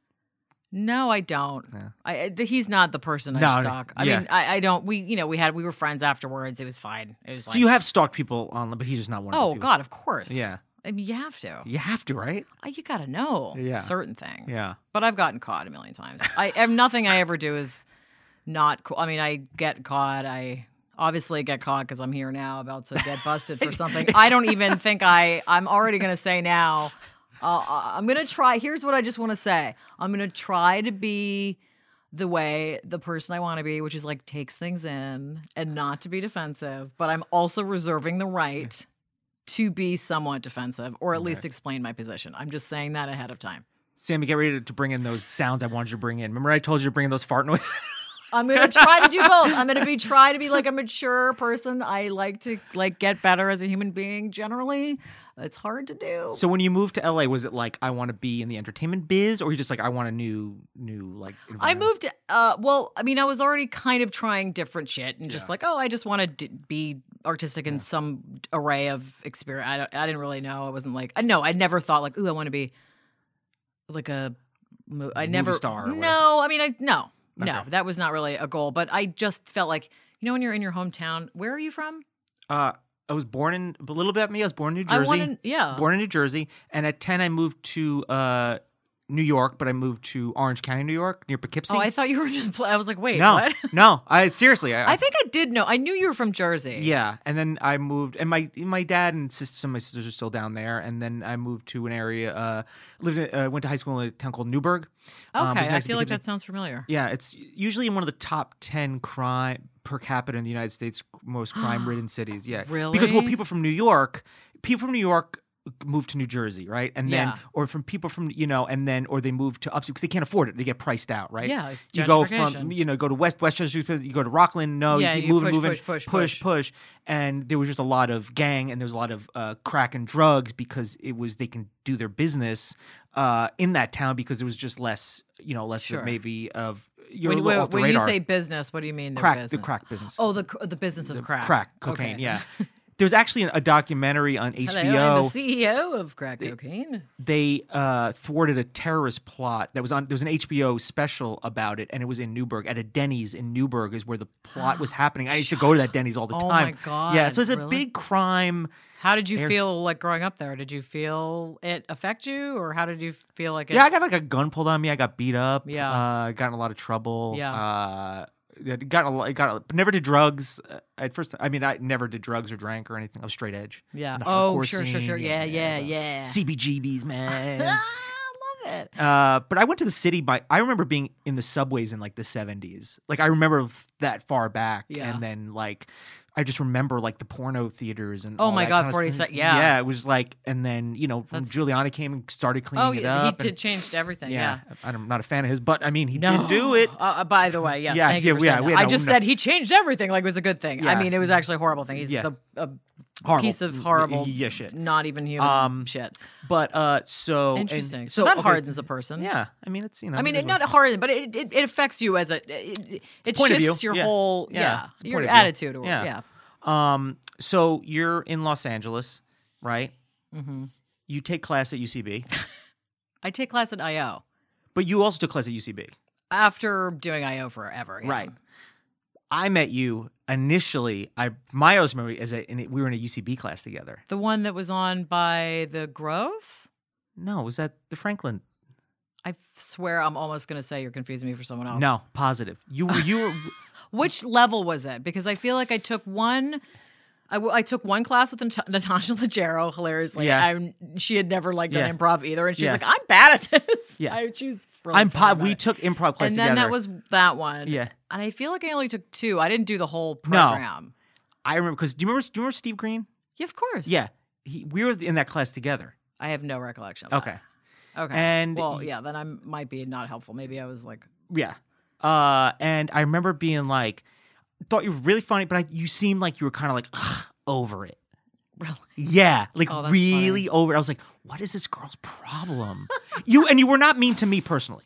S3: No, I don't.
S1: Yeah.
S3: I I th he's not the person
S1: No,
S3: I
S1: no,
S3: stalk. I
S1: yeah.
S3: mean, I, I don't. We you know we had we were friends afterwards. It was fine. It was
S1: So
S3: like,
S1: you have stalked people online, but he's just not one. of
S3: oh
S1: those people.
S3: god, of course.
S1: Yeah.
S3: I mean, you have to.
S1: You have to, right?
S3: I- You gotta know
S1: Yeah.
S3: certain things.
S1: Yeah.
S3: But I've gotten caught a million times. I am nothing I ever do is not cool. I mean, I get caught. I obviously get caught because I'm here now about to get busted for something. I don't even think I, I'm already going to say now, uh, I'm going to try. Here's what I just want to say I'm going to try to be the way the person I want to be, which is like takes things in and not to be defensive, but I'm also reserving the right to be somewhat defensive or at least explain my position. I'm just saying that ahead of time.
S1: Sammy, get ready to, to bring in those sounds I wanted you to bring in. Remember, I told you to bring in those fart noises.
S3: I'm gonna try to do both. I'm gonna be try to be like a mature person. I like to like get better as a human being. Generally, it's hard to do.
S1: so when you moved to LA, was it like I want to be in the entertainment biz, or you just like I want a new, new like?
S3: I
S1: environment?
S3: moved. Uh, well, I mean, I was already kind of trying different shit and just like, oh, I just want to d- be artistic in some array of experience. I, don't- I didn't really know. I wasn't like, I no, I never thought like, ooh, I want to be like a. Mo- I
S1: Movie
S3: never.
S1: star or whatever.
S3: no, I mean, I no, no,
S1: Okay.
S3: that was not really a goal. But I just felt like, you know, when you're in your hometown, where are you from?
S1: Uh, I was born in a little bit. At me, I was born in New Jersey.
S3: I want to, yeah.
S1: born in New Jersey, and at ten I moved to uh, New York, but I moved to Orange County, New York, near Poughkeepsie.
S3: oh, I thought you were just. Pl- I was like, wait,
S1: no,
S3: what?
S1: no, I seriously, I,
S3: I think I did know. I knew you were from Jersey.
S1: yeah. And then I moved, and my my dad and sister, some of my sisters are still down there. And then I moved to an area, uh, lived, in, uh, went to high school in a town called Newburgh.
S3: Okay,
S1: um, which is
S3: I
S1: next to
S3: feel like
S1: Poughkeepsie.
S3: that sounds familiar.
S1: Yeah, it's usually in one of the top ten crime per capita in the United States most crime ridden cities. Yeah, Because well,
S3: Really?
S1: people from New York, people from New York move to New Jersey, right? And then
S3: Yeah.
S1: or from people from you know, and then or they move to upstate because they can't afford it. They get priced out, right?
S3: Yeah,
S1: you go from
S3: gentrification.
S1: you know go to West Westchester, you go to Rockland. No,
S3: Yeah,
S1: you keep
S3: you
S1: moving,
S3: push,
S1: moving,
S3: push, push,
S1: push, push. and there was just a lot of gang, and there was a lot of uh, crack and drugs because it was they can do their business uh, in that town because there was just less, you know, less
S3: Sure.
S1: of maybe of you're a
S3: When,
S1: little
S3: when-
S1: off the
S3: when you
S1: radar.
S3: say business, what do you mean? their
S1: crack,
S3: business?
S1: the crack business,
S3: Oh, the cr- the business of crack.
S1: cocaine,
S3: Okay.
S1: yeah. There's actually a documentary on
S3: Hello,
S1: HBO.
S3: I'm the CEO of crack cocaine.
S1: they uh, thwarted a terrorist plot that was on. There was an HBO special about it, and it was in Newburgh at a Denny's in Newburgh is where the plot was happening. I used to go to that Denny's all the
S3: Oh my
S1: time. Yeah,
S3: God,
S1: so it's a
S3: really?
S1: big crime.
S3: How did you
S1: Air-
S3: feel like growing up there? Did you feel it affect you, or how did you feel like it?
S1: Yeah, I got like a gun pulled on me. I got beat up.
S3: Yeah.
S1: uh, got in a lot of trouble.
S3: Yeah.
S1: Uh, yeah, got a lot, got a- never did drugs uh, at first. I mean, I never did drugs or drank or anything. I was straight edge.
S3: Yeah.
S1: The hardcore
S3: Oh, sure, sure,
S1: scene,
S3: sure. Yeah, yeah, yeah.
S1: CBGBs, man.
S3: Ah, I love it.
S1: Uh, but I went to the city by. I remember being in the subways in like the seventies. Like I remember f- that far back,
S3: Yeah.
S1: and then like I just remember like the porno theaters and.
S3: Oh
S1: all
S3: my
S1: that
S3: God,
S1: kind of
S3: 40
S1: stuff.
S3: sec- yeah.
S1: yeah. It was like, and then you know when
S3: That's-
S1: Giuliani came and started cleaning
S3: Oh,
S1: it
S3: yeah, he
S1: up.
S3: did
S1: and-
S3: changed everything. yeah.
S1: yeah, I'm not a fan of his, but I mean he did do it.
S3: Uh, by the way, yes.
S1: Yes,
S3: thank you
S1: yeah,
S3: for
S1: yeah,
S3: saying
S1: we
S3: that. I
S1: know,
S3: just
S1: no.
S3: said he changed everything like it was a good thing.
S1: Yeah.
S3: I mean, it was actually a horrible thing. He's
S1: Yeah.
S3: the a
S1: Horrible. Mm,
S3: piece of horrible,
S1: Yeah, shit.
S3: not even human
S1: Um,
S3: shit.
S1: But uh, so and-
S3: Interesting.
S1: so
S3: so that
S1: okay,
S3: hardens a person.
S1: Yeah, I mean it's you know.
S3: I mean,
S1: it
S3: it,
S1: is
S3: not
S1: what-
S3: hard, but it, it, it affects you as a it, it
S1: Point of view,
S3: shifts your
S1: yeah.
S3: whole
S1: Yeah,
S3: yeah,
S1: it's a
S3: your
S1: point of view.
S3: attitude or
S1: Yeah.
S3: yeah. yeah.
S1: Um, so you're in Los Angeles, right?
S3: Mhm.
S1: You take class at UCB,
S3: I take class at IO
S1: but you also took class at UCB.
S3: after doing IO forever. yeah.
S1: Right. I met you initially. I my earliest memory is that in it- we were in a UCB class together.
S3: The one that was on by the Grove.
S1: No, was that the Franklin?
S3: I swear, I'm almost gonna say you're confusing me for someone else.
S1: No, positive. You were you were
S3: Which level was it? Because I feel like I took one. I, w- I took one class with Nat- Natasha Leggero, hilariously.
S1: Yeah.
S3: I'm, she had never like done
S1: Yeah.
S3: improv either, and she
S1: Yeah.
S3: was like, "I'm bad at this."
S1: Yeah.
S3: I, she was really
S1: I'm
S3: funny
S1: po-
S3: about
S1: we
S3: it.
S1: took improv class
S3: and
S1: together.
S3: then that was that one.
S1: Yeah.
S3: And I feel like I only took two. I didn't do the whole
S1: No.
S3: program.
S1: I remember because do you remember do you remember Steve Green?
S3: Yeah, of course.
S1: Yeah, he, we were in that class together.
S3: I have no recollection. Of
S1: Okay,
S3: That. Okay.
S1: and
S3: well,
S1: y-
S3: yeah, then I might be not helpful. Maybe I was like,
S1: Yeah. Uh, and I remember being like, thought you were really funny, but I, you seemed like you were kind of like, "Ugh, over it.
S3: Really?
S1: Yeah, like
S3: Oh, that's
S1: really over. it. I was like, what is this girl's problem? you and you were not mean to me personally.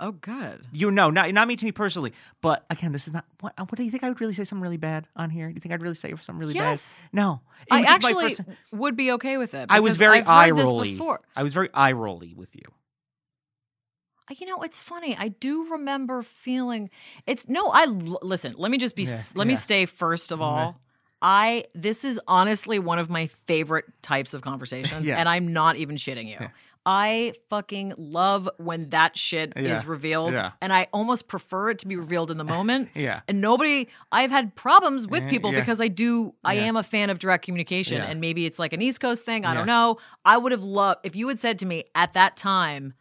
S3: Oh, good.
S1: You know, not not mean to me personally. But again, this is not what. uh, What do you think? I would really say something really bad on here. Do you think I'd really say something really
S3: Yes.
S1: bad? No, It
S3: I
S1: was just my
S3: actually
S1: first-
S3: would be okay with it.
S1: I was
S3: because
S1: very
S3: I've heard this
S1: eye-rolly.
S3: before.
S1: I was very eye rolly with you.
S3: You know, it's funny. I do remember feeling it's no, I l- listen, let me just be s
S1: Yeah,
S3: let me
S1: yeah.
S3: stay first of
S1: Okay.
S3: all. I this is honestly one of my favorite types of conversations
S1: Yeah.
S3: and I'm not even shitting you.
S1: Yeah.
S3: I fucking love when that shit
S1: Yeah,
S3: is revealed
S1: yeah.
S3: and I almost prefer it to be revealed in the moment.
S1: Yeah.
S3: And nobody, I've had problems with
S1: Yeah,
S3: people
S1: yeah.
S3: because I do, I
S1: Yeah.
S3: am a fan of direct communication.
S1: Yeah.
S3: And maybe it's like an East Coast thing. I
S1: Yeah.
S3: don't know. I would have loved, if you had said to me at that time,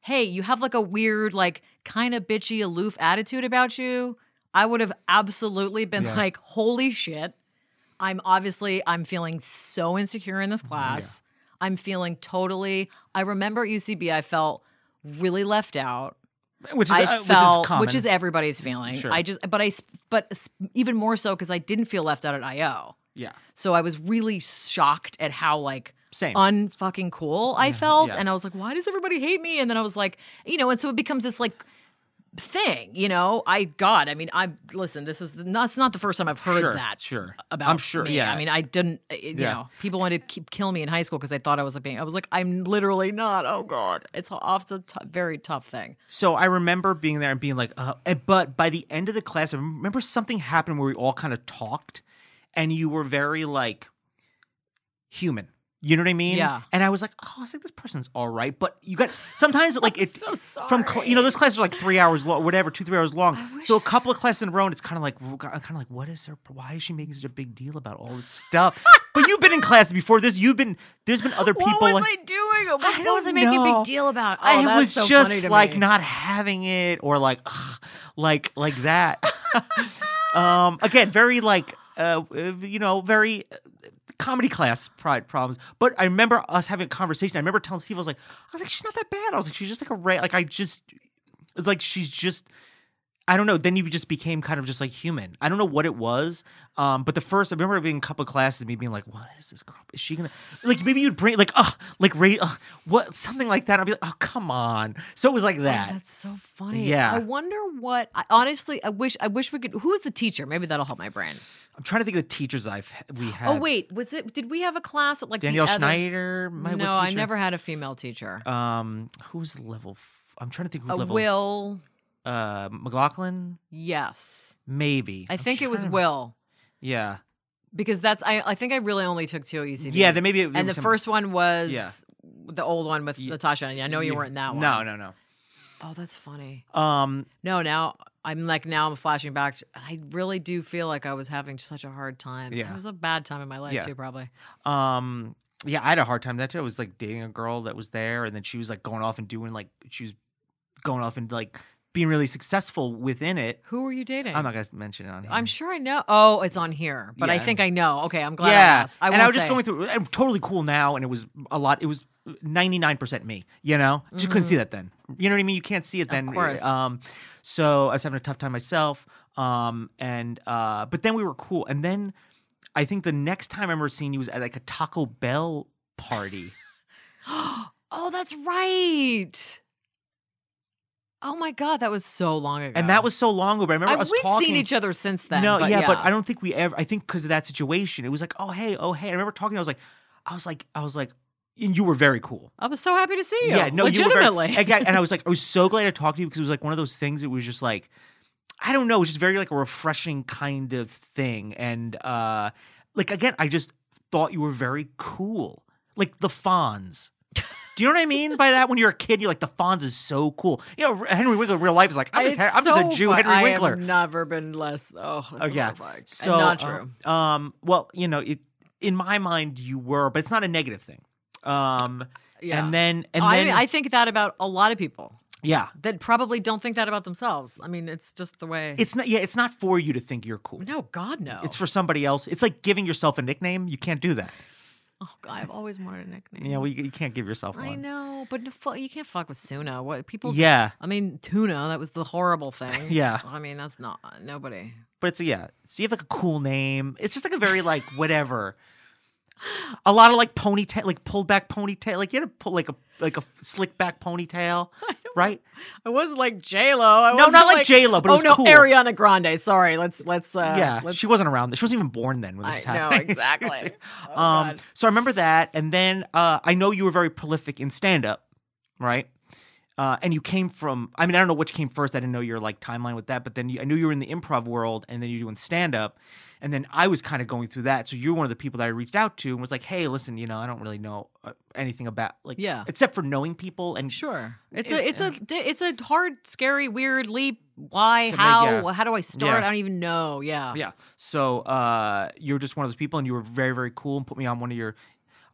S3: hey, you have like a weird, like kind of bitchy, aloof attitude about you, I would have absolutely been
S1: Yeah.
S3: like, holy shit. I'm obviously, I'm feeling so insecure in this
S1: Mm-hmm.
S3: class. I'm feeling totally, I remember at UCB, I felt really left out.
S1: Which is
S3: I
S1: uh,
S3: felt,
S1: which is common.
S3: everybody's feeling.
S1: Sure.
S3: I just, but I, s- but s- even more so because I didn't feel left out at IO.
S1: yeah,
S3: So I was really shocked at how like
S1: same. Mm-hmm.
S3: unfucking cool I felt,
S1: yeah.
S3: and I was like, why does everybody hate me? And then I was like, you know, and so it becomes this like thing, you know. I God, I mean, I listen. This is not, it's not the first time I've heard
S1: sure,
S3: that
S1: Sure,
S3: about
S1: I'm sure.
S3: me.
S1: Yeah,
S3: I mean, I didn't. uh, You
S1: Yeah.
S3: know, people wanted to keep kill me in high school because I thought I was like being. I was like, I'm literally not. Oh God, it's off the t- very tough thing.
S1: So I remember being there and being like, uh, and- but by the end of the class, I remember something happened where we all kind of talked and you were very like human. You know what I mean?
S3: Yeah.
S1: And I was like, oh, I was like, this person's all right. But you got sometimes like it
S3: so
S1: from, cl- you know,
S3: sorry.
S1: those classes are like three hours long, whatever, two, three hours long.
S3: I wish
S1: So a
S3: I-
S1: couple of classes in a row, and it's kind of like, I'm kind of like, what is her, why is she making such a big deal about all this stuff? but you've been in class before this. You've been, there's been other people.
S3: what was
S1: like-
S3: I doing? What
S1: I
S3: was I
S1: don't
S3: making a
S1: know.
S3: big deal about? Oh,
S1: I
S3: that's
S1: was
S3: so
S1: just
S3: funny to
S1: like
S3: me.
S1: not having it or like ugh, like like that. um again, very like uh uh, you know, very uh, comedy class pride problems. But I remember us having a conversation. I remember telling Steve I was like I was like she's not that bad. I was like she's just like a ra- like I just it's like she's just I don't know. Then you just became kind of just like human. I don't know what it was, um, but the first I remember being a couple of classes, me being like, "What is this girl? Is she gonna like?" Maybe you'd bring like, "Oh, like Ray, uh, what something like that." I'd be like, "Oh, come on!" So it was like
S3: Oh,
S1: that.
S3: that's so funny.
S1: Yeah.
S3: I wonder what. I, honestly, I wish. I wish we could. Who was the teacher? Maybe that'll help my brain.
S1: I'm trying to think of the teachers I've we had.
S3: Oh wait, was it? Did we have a class at like the
S1: Danielle
S3: other-
S1: Schneider. My, was
S3: no, I
S1: teacher.
S3: never had a female teacher.
S1: Um, who's level? F- I'm trying to think who
S3: a
S1: level.
S3: Oh, Will.
S1: Uh, McLaughlin,
S3: Yes,
S1: maybe.
S3: I
S1: I'm
S3: think it was
S1: trying to-
S3: Will
S1: Yeah,
S3: because that's. I I think I really only took two at UCB.
S1: yeah. Then maybe. It, it
S3: and the
S1: was him.
S3: first one was
S1: Yeah.
S3: the old one with
S1: Ye-
S3: Natasha. And I know you
S1: Yeah.
S3: weren't in that one.
S1: No, no, no.
S3: Oh, that's funny.
S1: Um,
S3: No, now I'm like now I'm flashing back. to- I really do feel like I was having such a hard time.
S1: Yeah.
S3: it was a bad time in my life
S1: Yeah.
S3: too, probably.
S1: um yeah i had a hard time that too i was like dating a girl that was there and then she was like going off and doing like she was going off and like being really successful within it
S3: Who were you dating?
S1: i'm not gonna mention it on here
S3: I'm sure I know. Oh, it's on here, but I
S1: Yeah.
S3: think I know. Okay, I'm glad I
S1: yeah
S3: asked. I
S1: and i
S3: won't
S1: was just
S3: say.
S1: going through I'm totally cool now and it was a lot it was 99% me you know just couldn't see that then you know what i mean you can't see it then
S3: Mm-hmm. course.
S1: um so i was having a tough time myself um and uh but then we were cool and then i think the next time i remember seeing you was at like a taco bell party
S3: oh, that's right. Oh my god, that was so long ago.
S1: And that was so long ago. But I remember
S3: I,
S1: us
S3: we've
S1: talking.
S3: seen each other since then.
S1: no,
S3: but
S1: yeah, but I don't think we ever. I think because of that situation, it was like, oh hey, oh hey. I remember talking. I was like, I was like, I was like, and you were very cool.
S3: I was so happy to see you.
S1: Yeah, no, you were very.
S3: legitimately.
S1: And, I- and I was like, I was so glad I talked to you because it was like one of those things. It was just like, I don't know. It was just very like a refreshing kind of thing. And uh like again, I just thought you were very cool, like the Fonz. Do you know what I mean by that? When you're a kid, you're like the Fonz is so cool. You know, Henry Winkler in real life is like I'm just,
S3: It's
S1: I'm just a
S3: so
S1: Jew,
S3: fun-
S1: Henry Winkler.
S3: I have never been less. Oh, that's
S1: yeah.
S3: horrifying. And
S1: So
S3: not
S1: uh,
S3: true.
S1: um, well, you know, it in my mind you were, but it's not a negative thing. Um,
S3: yeah.
S1: and then and
S3: I
S1: then
S3: mean, I think that about a lot of people
S1: yeah,
S3: that probably don't think that about themselves. I mean, it's just the way.
S1: it's not yeah, it's not for you to think you're cool.
S3: no, God no.
S1: It's for somebody else. It's like giving yourself a nickname. You can't do that.
S3: Oh God, I've always wanted a nickname.
S1: Yeah, well, you, you can't give yourself one.
S3: Mm. I know, but no, fu- you can't fuck with Suna. What people?
S1: Yeah,
S3: I mean, tuna. That was the horrible thing.
S1: Yeah.
S3: I mean, that's not nobody.
S1: but it's yeah. So you have like a cool name. It's just like a very like whatever. A lot of like ponytail, like pulled back ponytail. Like you had to pull like a like a slick back ponytail, right?
S3: I wasn't like J Lo.
S1: No, not like, J Lo, but
S3: oh
S1: it was
S3: no,
S1: cool.
S3: Ariana Grande. Sorry, let's let's. Uh,
S1: yeah,
S3: let's,
S1: she wasn't around. She wasn't even born then when this
S3: I
S1: was
S3: know,
S1: happening. She was-
S3: exactly. Oh,
S1: um,
S3: God.
S1: so I remember that, and then uh, I know you were very prolific in stand up, right? Uh, and you came from. I mean, I don't know which came first. I didn't know your like timeline with that, but then you, I knew you were in the improv world, and then you're doing stand up, and then I was kind of going through that. So you're one of the people that I reached out to and was like, "Hey, listen, you know, I don't really know uh, anything about like,
S3: Yeah.
S1: except for knowing people and
S3: Sure. It's
S1: It-
S3: a it's a di- it's a hard, scary, weird leap. Why?
S1: To make-
S3: How?
S1: yeah.
S3: How do I start?
S1: Yeah.
S3: I don't even know. Yeah.
S1: Yeah. So uh, you're just one of those people, and you were very, very cool, and put me on one of your.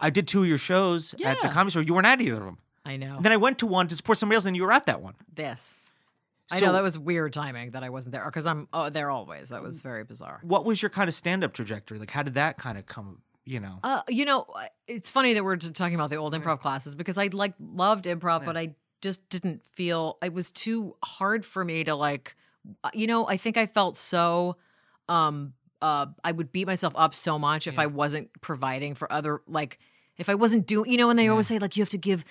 S1: I did two of your shows at the
S3: Yeah. Oh.
S1: comedy store. You weren't at either of them.
S3: I know.
S1: And then I went to one to support somebody else, and you were at that one.
S3: this. I
S1: So-
S3: know that was weird timing that I wasn't there because I'm oh, there always. That
S1: Mm.
S3: was very bizarre.
S1: What was your kind of stand-up trajectory? Like, how did that kind of come? You know,
S3: Uh, you know, I- it's funny that we're just talking about the old improv classes because I like loved improv, but I just didn't feel it was too hard for me to like. uh, You know, I think I felt so. um uh, I would beat myself up so much if I wasn't providing for other like if I wasn't doing you know and they always say like you have to give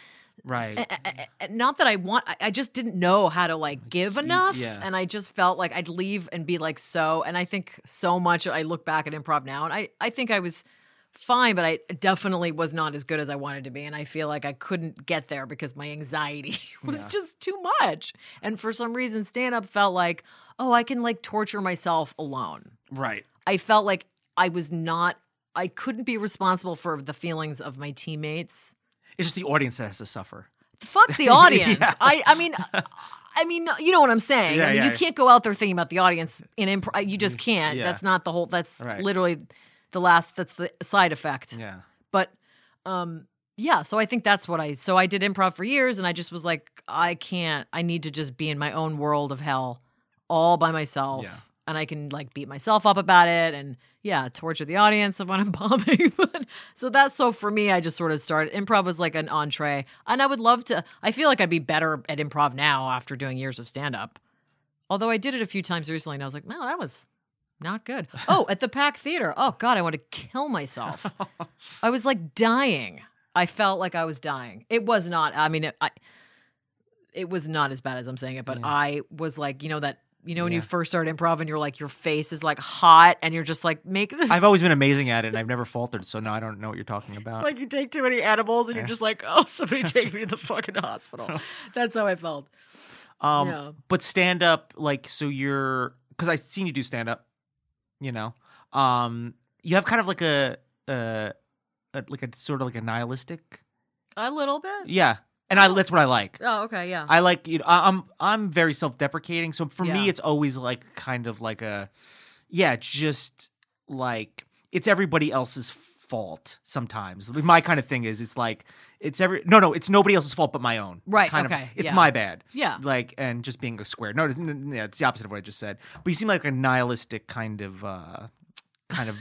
S1: right?
S3: a- a- a- not that I want. I, I just didn't know how to like give enough,
S1: yeah.
S3: and I just felt like I'd leave and be like so. And I think so much. I look back at improv now, and I I think I was fine, but I definitely was not as good as I wanted to be, and I feel like I couldn't get there because my anxiety was just too much. And for some reason, stand up felt like oh, I can like torture myself alone.
S1: right.
S3: I felt like I was not. I couldn't be responsible for the feelings of my teammates
S1: It's just the audience that has to suffer.
S3: fuck the audience. I, I mean, I mean, you know what I'm saying.
S1: Yeah,
S3: I mean,
S1: yeah,
S3: you
S1: yeah. Mm.
S3: can't go out there thinking about the audience in improv. You just can't.
S1: Yeah.
S3: That's not the whole. That's
S1: Right.
S3: literally the last. That's the side effect.
S1: Yeah.
S3: But, um, yeah. So I think that's what I. So I did improv for years, and I just was like, I can't. I need to just be in my own world of hell, all by myself.
S1: Yeah.
S3: And I can like beat myself up about it, and yeah, torture the audience of when I'm bombing. but so that's so for me, I just sort of started. Improv was like an entree, and I would love to. I feel like I'd be better at improv now after doing years of stand up. Although I did it a few times recently, and I was like, no, that was not good. Oh, at the Pack Theater. Oh God, I want to kill myself. I was like dying. I felt like I was dying. It was not. I mean, it, I. It was not as bad as I'm saying it, but I was like, you know that. You know when you
S1: Yeah.
S3: first start improv and you're like your face is like hot and you're just like make this
S1: I've always been amazing at it, and I've never faltered. So now I don't know what you're talking about.
S3: It's like you take too many edibles and you're just like, oh, somebody take me to the fucking hospital. That's how I felt.
S1: um,
S3: yeah.
S1: but stand up, like, so you're because I've seen you do stand up. You know, um, you have kind of like a, uh a like a sort of like a nihilistic
S3: A little bit.
S1: Yeah, and I that's what I like.
S3: Oh, okay, yeah.
S1: I like you know I, I'm I'm very self deprecating, so for me
S3: Yeah.
S1: it's always like kind of like a yeah, just like it's everybody else's fault sometimes. My kind of thing is it's like it's every no no it's nobody else's fault but my own.
S3: Right,
S1: Kind Of,
S3: okay,
S1: it's
S3: yeah.
S1: my bad.
S3: Yeah.
S1: Like and just being a square. No, n- n- yeah, it's the opposite of what I just said. But you seem like a nihilistic kind of uh kind of.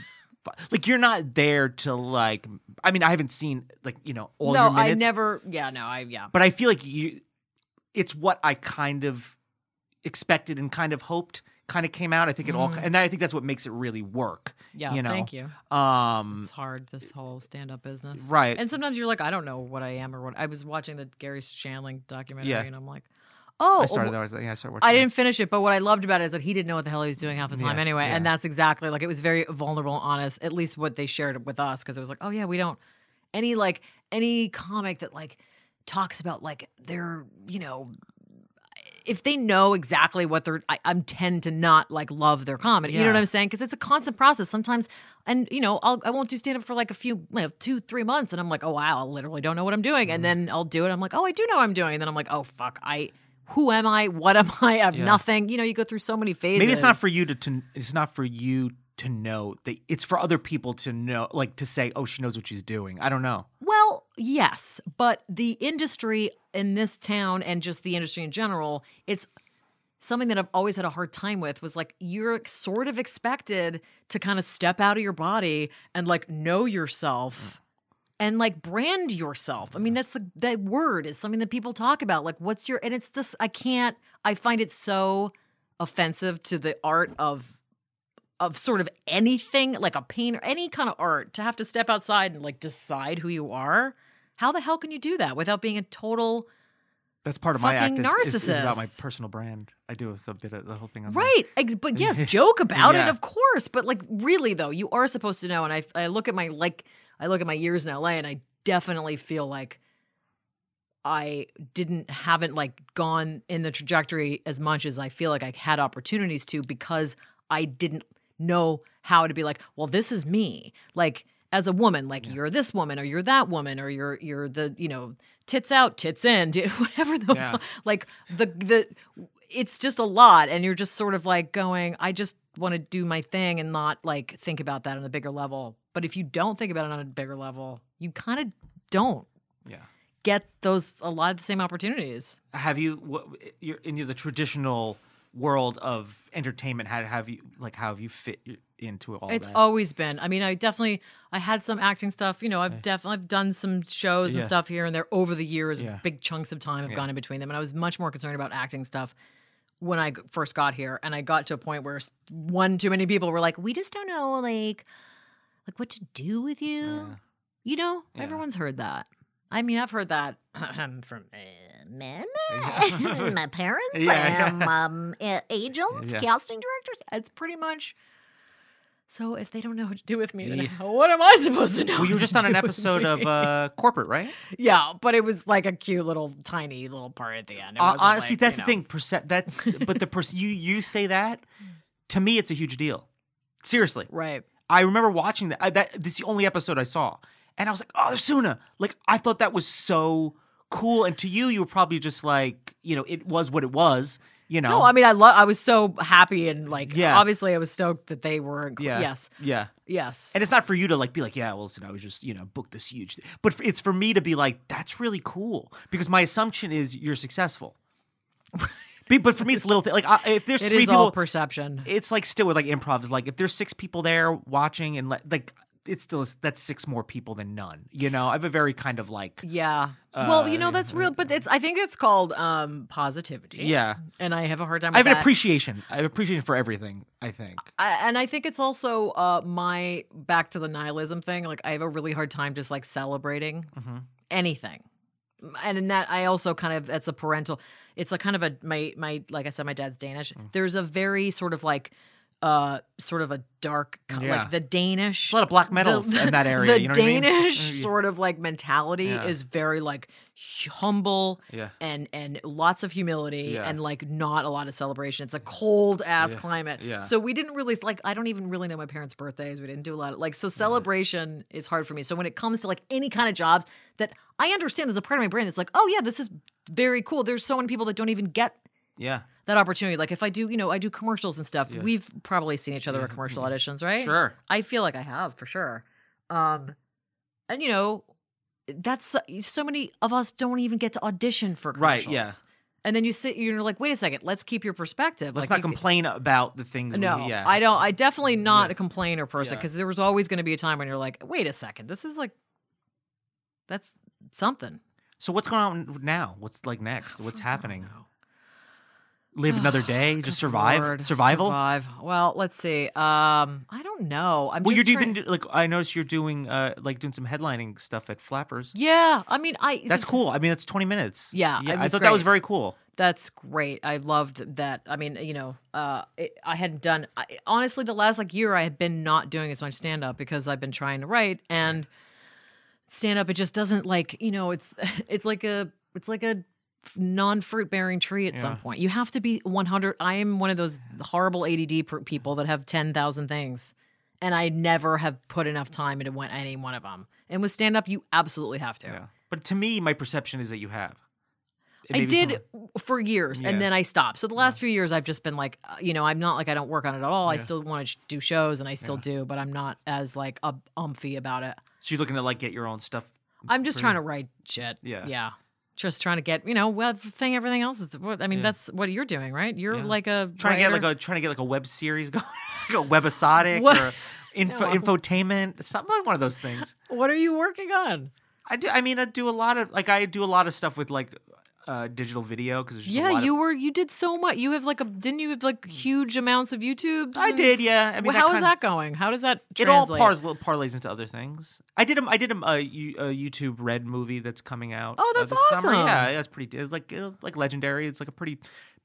S1: Like you're not there to like. I mean, I haven't seen like you know all
S3: no,
S1: your
S3: I
S1: minutes
S3: never. Yeah, no, I yeah.
S1: but I feel like you, it's what I kind of expected and kind of hoped kind of came out. I think it
S3: Mm.
S1: all, and I think that's what makes it really work.
S3: Yeah,
S1: you know?
S3: thank you.
S1: Um,
S3: It's hard this whole stand-up business.
S1: right.
S3: And sometimes you're like, I don't know what I am or what. I was watching the Gary Shandling documentary
S1: Yeah.
S3: and I'm like, oh,
S1: I started. that was- yeah, I started. Watching
S3: I
S1: that.
S3: didn't finish it, but what I loved about it is that he didn't know what the hell he was doing half the time
S1: Yeah,
S3: anyway. And
S1: yeah.
S3: that's exactly like it was very vulnerable and honest, at least what they shared with us, because it was like, oh yeah, we don't any like any comic that like talks about like their, you know, if they know exactly what they're I, I'm tend to not like love their comedy. You know
S1: Yeah.
S3: what I'm saying? Because it's a constant process. Sometimes and you know, I'll I won't do stand up for like a few like two, three months and I'm like, oh wow, I literally don't know what I'm doing. And
S1: Mm-hmm.
S3: then I'll do it. I'm like, oh I do know what I'm doing. And then I'm like, oh fuck, I who am I? What am I? I'm
S1: Yeah.
S3: nothing. You know, you go through so many phases.
S1: Maybe it's not for you to, to. It's not for you to know that. It's for other people to know, like to say, "Oh, she knows what she's doing." I don't know.
S3: Well, yes, but the industry in this town and just the industry in general, it's something that I've always had a hard time with was like you're sort of expected to kind of step out of your body and like know yourself and like brand yourself. I mean, that's the that word is something that people talk about. Like, what's your and it's just I can't. I find it so offensive to the art of of sort of anything like a painter, any kind of art to have to step outside and like decide who you are. How the hell can you do that without being a total
S1: That's part of my act.
S3: Fucking
S1: Is, is, is about my
S3: narcissist.
S1: personal brand. I do a bit of the whole thing on that.
S3: Right. Ex- But yes, joke about it,
S1: Uh-huh. Yeah.
S3: of course. But like, really though, you are supposed to know. And I, I look at my like, I look at my years in LA, and I definitely feel like I didn't haven't like gone in the trajectory as much as I feel like I had opportunities to because I didn't know how to be like, well, this is me. Like as a woman, like you're this woman or you're that woman or you're you're the you know tits out, tits in, whatever the
S1: Yeah.
S3: like the the it's just a lot and you're just sort of like going i just want to do my thing and not like think about that on a bigger level but if you don't think about it on a bigger level you kind of don't
S1: Yeah.
S3: get those a lot of the same opportunities
S1: have you what, you're in the traditional world of entertainment how have you like how have you fit your- into all
S3: it's
S1: that
S3: always been i mean i definitely i had some acting stuff you know i've definitely i've done some shows and
S1: Yeah.
S3: stuff here and there over the years
S1: Yeah.
S3: big chunks of time have gone in between them and i was much more concerned about acting stuff when i g- first got here and i got to a point where s- one too many people were like we just don't know like like what to do with you you know
S1: Yeah.
S3: everyone's heard that i mean i've heard that from eh,
S6: uh, men,
S1: Yeah.
S6: my parents,
S1: Yeah.
S6: um, um, uh, agents,
S1: Yeah.
S6: casting directors.
S3: it's pretty much so if they don't know what to do with me then
S1: Yeah.
S3: how- what am i supposed to know
S1: well you were
S3: what
S1: just
S3: to
S1: on an
S3: do with
S1: episode
S3: me?
S1: of uh corporate right
S3: Yeah, but it was like a cute little tiny little part at the end. It
S1: Uh,
S3: wasn't
S1: honestly
S3: like,
S1: that's
S3: you
S1: the
S3: know.
S1: thing perce- that's but the person you you say that to me it's a huge deal seriously
S3: Right.
S1: i remember watching that I, that this is the only episode i saw and i was like oh suna like i thought that was so cool and to you you were probably just like you know it was what it was you know
S3: No, I mean I love I was so happy and like
S1: Um, Yeah.
S3: obviously I was stoked that they were inclu-
S1: yeah
S3: yes.
S1: yeah
S3: Yes.
S1: And it's not for you to like be like, yeah, well, listen, I was just you know booked this huge, th-. but f- it's for me to be like, that's really cool because my assumption is you're successful. Be- but for me, it's little thing. Like I, if there's
S3: it
S1: three
S3: is
S1: people,
S3: all perception.
S1: it's like still with like improv is like if there's six people there watching and like, like it's still that's six more people than none. You know, I have a very kind of like
S3: yeah. well, you
S1: uh,
S3: know that's real, but it's I think it's called um positivity.
S1: yeah.
S3: And I have a hard time. With
S1: I have an
S3: that.
S1: appreciation. I have appreciation for everything. I think.
S3: I, and I think it's also uh, my back to the nihilism thing. Like I have a really hard time just like celebrating
S1: Mm-hmm.
S3: anything, and in that I also kind of it's a parental. It's a kind of a my my like I said, my dad's Danish.
S1: Mm.
S3: There's a very sort of like uh sort of a dark co-
S1: Yeah.
S3: like the
S1: There's
S3: Danish.
S1: a lot of black metal in that area.
S3: The
S1: you know what I mean?
S3: Danish
S1: Uh, yeah.
S3: sort of like mentality
S1: Yeah.
S3: is very like humble
S1: Yeah.
S3: and and lots of humility
S1: Yeah.
S3: and like not a lot of celebration. It's a cold ass climate.
S1: Yeah.
S3: So we didn't really like I don't even really know my parents' birthdays. We didn't do a lot of like so celebration is hard for me. So when it comes to like any kind of jobs that I understand there's a part of my brain that's like, oh yeah, this is very cool. There's so many people that don't even get
S1: Yeah.
S3: that opportunity. Like if I do, you know, I do commercials and stuff.
S1: Yeah.
S3: We've probably seen each other at commercial auditions, right?
S1: Sure.
S3: I feel like I have for sure. Um, and you know, that's so- so many of us don't even get to audition for
S1: Right,
S3: commercials.
S1: yeah.
S3: And then you sit, you're like, wait a second, let's keep your perspective.
S1: Let's
S3: Like,
S1: not
S3: you-
S1: complain about the things. we-
S3: No,
S1: yeah. Mm,
S3: I don't. I definitely not a complainer person
S1: Yeah.
S3: because there was always going to be a time when you're like, wait a second, this is like, that's something.
S1: So what's going on now? What's like next? What's happening? Live another day, just survive,
S3: Lord,
S1: survival.
S3: Survive. Well, let's see. Um, I don't know. I'm
S1: Well, you're
S3: just trying-
S1: even do- like I noticed you're doing uh like doing some headlining stuff at Flappers.
S3: Yeah, I mean, I
S1: That's cool. I mean, that's 20 minutes.
S3: Yeah, it
S1: I
S3: was
S1: thought that was
S3: great.
S1: very cool.
S3: That's great. I loved that. I mean, you know, uh, it, I hadn't done I, honestly the last like year. I had been not doing as much stand up because I've been trying to write and stand up. It just doesn't like you know. It's it's like a it's like a non fruit bearing tree at some
S1: Yeah.
S3: point. You have to be one hundred. I am one of those horrible ADD per- people that have ten thousand things, and I never have put enough time into one, any one of them. And with stand up, you absolutely have to.
S1: Yeah. But to me, my perception is that you have. It
S3: I
S1: may be
S3: did
S1: someone-
S3: for years,
S1: Yeah.
S3: and then I stopped. So the last few years, I've just been like, uh, you know, I'm not like I don't work on it at all. I
S1: Yeah.
S3: still want to do shows, and I still do, but I'm not as like up umphy about it.
S1: So you're looking to like get your own stuff.
S3: I'm just
S1: Pretty-
S3: trying to write shit.
S1: Yeah.
S3: yeah. Just trying to get you know, well, thing everything else is. what- I mean,
S1: Yeah.
S3: that's what you're doing, right? You're
S1: Yeah.
S3: like a
S1: Trying to get
S3: writer.
S1: like a trying to get like a web series going, like a webisodic
S3: What-
S1: or Info,
S3: No, I'm-
S1: infotainment, something one of those things.
S3: What are you working on?
S1: I do. I mean, I do a lot of like I do a lot of stuff with like uh, digital video because a
S3: Yeah,
S1: lot
S3: you
S1: Of, Mm.
S3: were you did so much. You have like a didn't you have like huge amounts of YouTubes?
S1: I
S3: and
S1: did.
S3: s-
S1: Yeah. I mean,
S3: Well, how
S1: that
S3: is
S1: kind
S3: that going? How does that
S1: It all
S3: translate?
S1: pars- parlays into other things. I did. 'em- I did 'em a, U- a YouTube Red movie that's coming out.
S3: Oh,
S1: uh,
S3: that's
S1: this Summer.
S3: awesome.
S1: Yeah, that's pretty. It's like you know, like legendary. It's like a pretty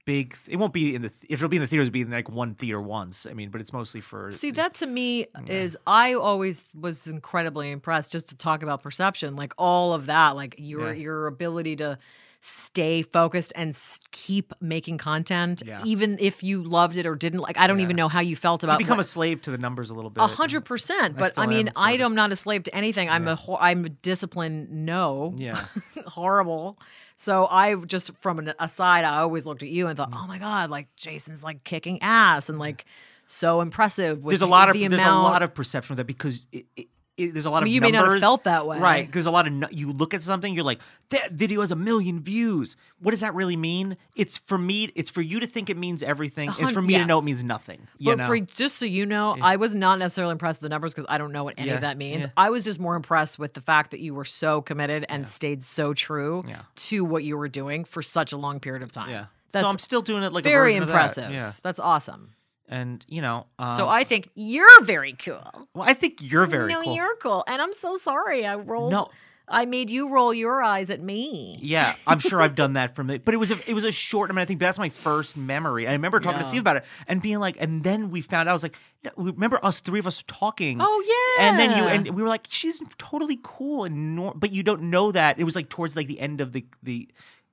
S1: big. It won't be in the. Th- if it'll be in the theaters, it'll be in like one theater once. I mean, but it's mostly for.
S3: See, that to me is I always was incredibly impressed just to talk about perception, like all of that, like your
S1: Yeah.
S3: your ability to stay focused and s- keep making content
S1: Yeah.
S3: even if you loved it or didn't like I don't even know how you felt about
S1: you become
S3: what-
S1: a slave to the numbers a little bit.
S3: A hundred percent.
S1: I
S3: But I
S1: still
S3: mean,
S1: am,
S3: I
S1: sort of.
S3: am not a slave to anything. I'm a hor- I'm a disciplined no.
S1: Yeah.
S3: horrible. So I just from an aside, I always looked at you and thought,
S1: Mm.
S3: oh my god, like Jason's like kicking ass and like so impressive. With
S1: there's a
S3: the-
S1: lot of
S3: the
S1: there's
S3: amount.
S1: a lot of perception of that because it, it, it, there's a lot
S3: I mean,
S1: of
S3: you may
S1: numbers,
S3: not have felt that way.
S1: right? Because a lot of nu- you look at something, you're like, that video has a million views. What does that really mean? It's for me. It's for you to think it means everything. It's
S3: hun-
S1: for me to know it
S3: yes.
S1: means nothing. You
S3: But
S1: know?
S3: for just so you know, I was not necessarily impressed with the numbers because I don't know what any
S1: Yeah,
S3: of that means.
S1: yeah.
S3: I was just more impressed with the fact that you were so committed and stayed so true
S1: Yeah.
S3: to what you were doing for such a long period of time.
S1: yeah.
S3: That's
S1: so I'm still doing it like
S3: very
S1: a version of that.
S3: impressive.
S1: Yeah,
S3: That's awesome.
S1: and you know, um,
S3: so I think you're very cool.
S1: well, I think you're very
S3: no,
S1: cool.
S3: you're cool. And I'm so sorry I rolled
S1: No.
S3: I made you roll your eyes at me.
S1: Yeah, I'm sure I've done that from it, but it was a it was a short. I mean, I think that's my first memory. I remember talking to
S3: Yeah.
S1: Steve about it and being like, and then we found out. I was like, no, remember us three of us talking?
S3: Oh yeah.
S1: And then you and we were like, she's totally cool and nor- but you don't know that it was like towards like the end of the the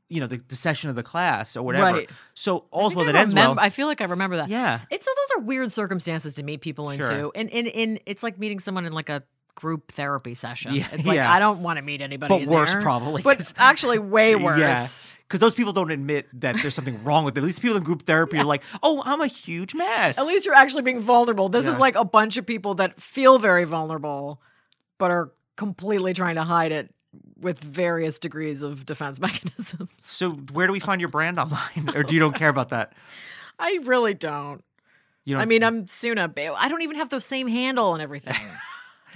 S1: you know the, the session of the class or whatever.
S3: Right.
S1: So all's
S3: I
S1: well
S3: think
S1: that
S3: I
S1: ends well.
S3: remember- I feel like I remember that.
S1: yeah.
S3: It's so those are weird circumstances to meet people into.
S1: Sure.
S3: And in in it's like meeting someone in like a group therapy session.
S1: Yeah,
S3: It's like
S1: yeah.
S3: I don't want to meet anybody.
S1: But
S3: in
S1: worse
S3: there.
S1: probably,
S3: But
S1: 'cause-
S3: actually way worse.
S1: Yeah. Because those people don't admit that there's something wrong with them. At least people in group therapy are like, oh, I'm a huge mess.
S3: At least you're actually being vulnerable. This is
S1: Yeah.
S3: like a bunch of people that feel very vulnerable, but are completely trying to hide it with various degrees of defense mechanisms.
S1: So where do we find your brand online? or do you don't care about that?
S3: I really don't.
S1: You don't
S3: I mean, I'm Suna B. I don't even have the same handle and everything.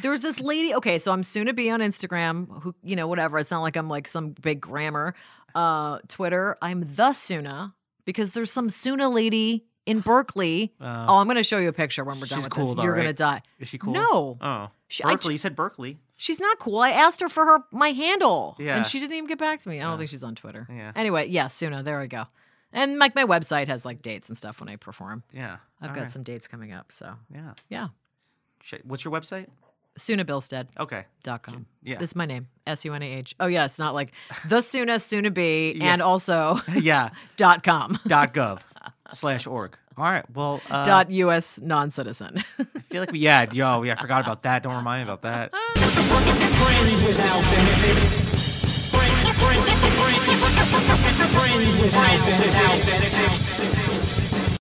S3: there was this lady. Okay, so I'm Suna B on Instagram. Who you know, whatever. It's not like I'm like some big grammar. Uh, Twitter. I'm the Suna because there's some Suna lady in Berkeley.
S1: Uh,
S3: oh, I'm gonna show you a picture when we're done
S1: she's
S3: with
S1: cool
S3: this.
S1: though,
S3: You're gonna
S1: right?
S3: die.
S1: Is she cool?
S3: No.
S1: Oh.
S3: She- I-
S1: Berkeley. you said Berkeley.
S3: She's not cool. I asked her for her my handle,
S1: Yeah.
S3: and she didn't even get back to me. I don't think she's on Twitter.
S1: Yeah.
S3: Anyway, yeah, Suna. There we go. And like my website has like dates and stuff when I perform.
S1: Yeah.
S3: I've
S1: All
S3: got
S1: right.
S3: some dates coming up. So
S1: Yeah.
S3: yeah,
S1: Sh- What's your website?
S3: sunabilstead.com.
S1: Okay. Yeah.
S3: That's my name. S U N A H. Oh yeah, it's not like the Suna Suna B
S1: Yeah.
S3: and also
S1: yeah.
S3: dot com.
S1: Dot gov slash org. All right. Well, uh,
S3: dot US non citizen.
S1: I feel like we, yeah, yo, yeah, I forgot about that. Don't remind me about that.
S2: Friends without benefit. Friends, friends, friends, friends without benefit.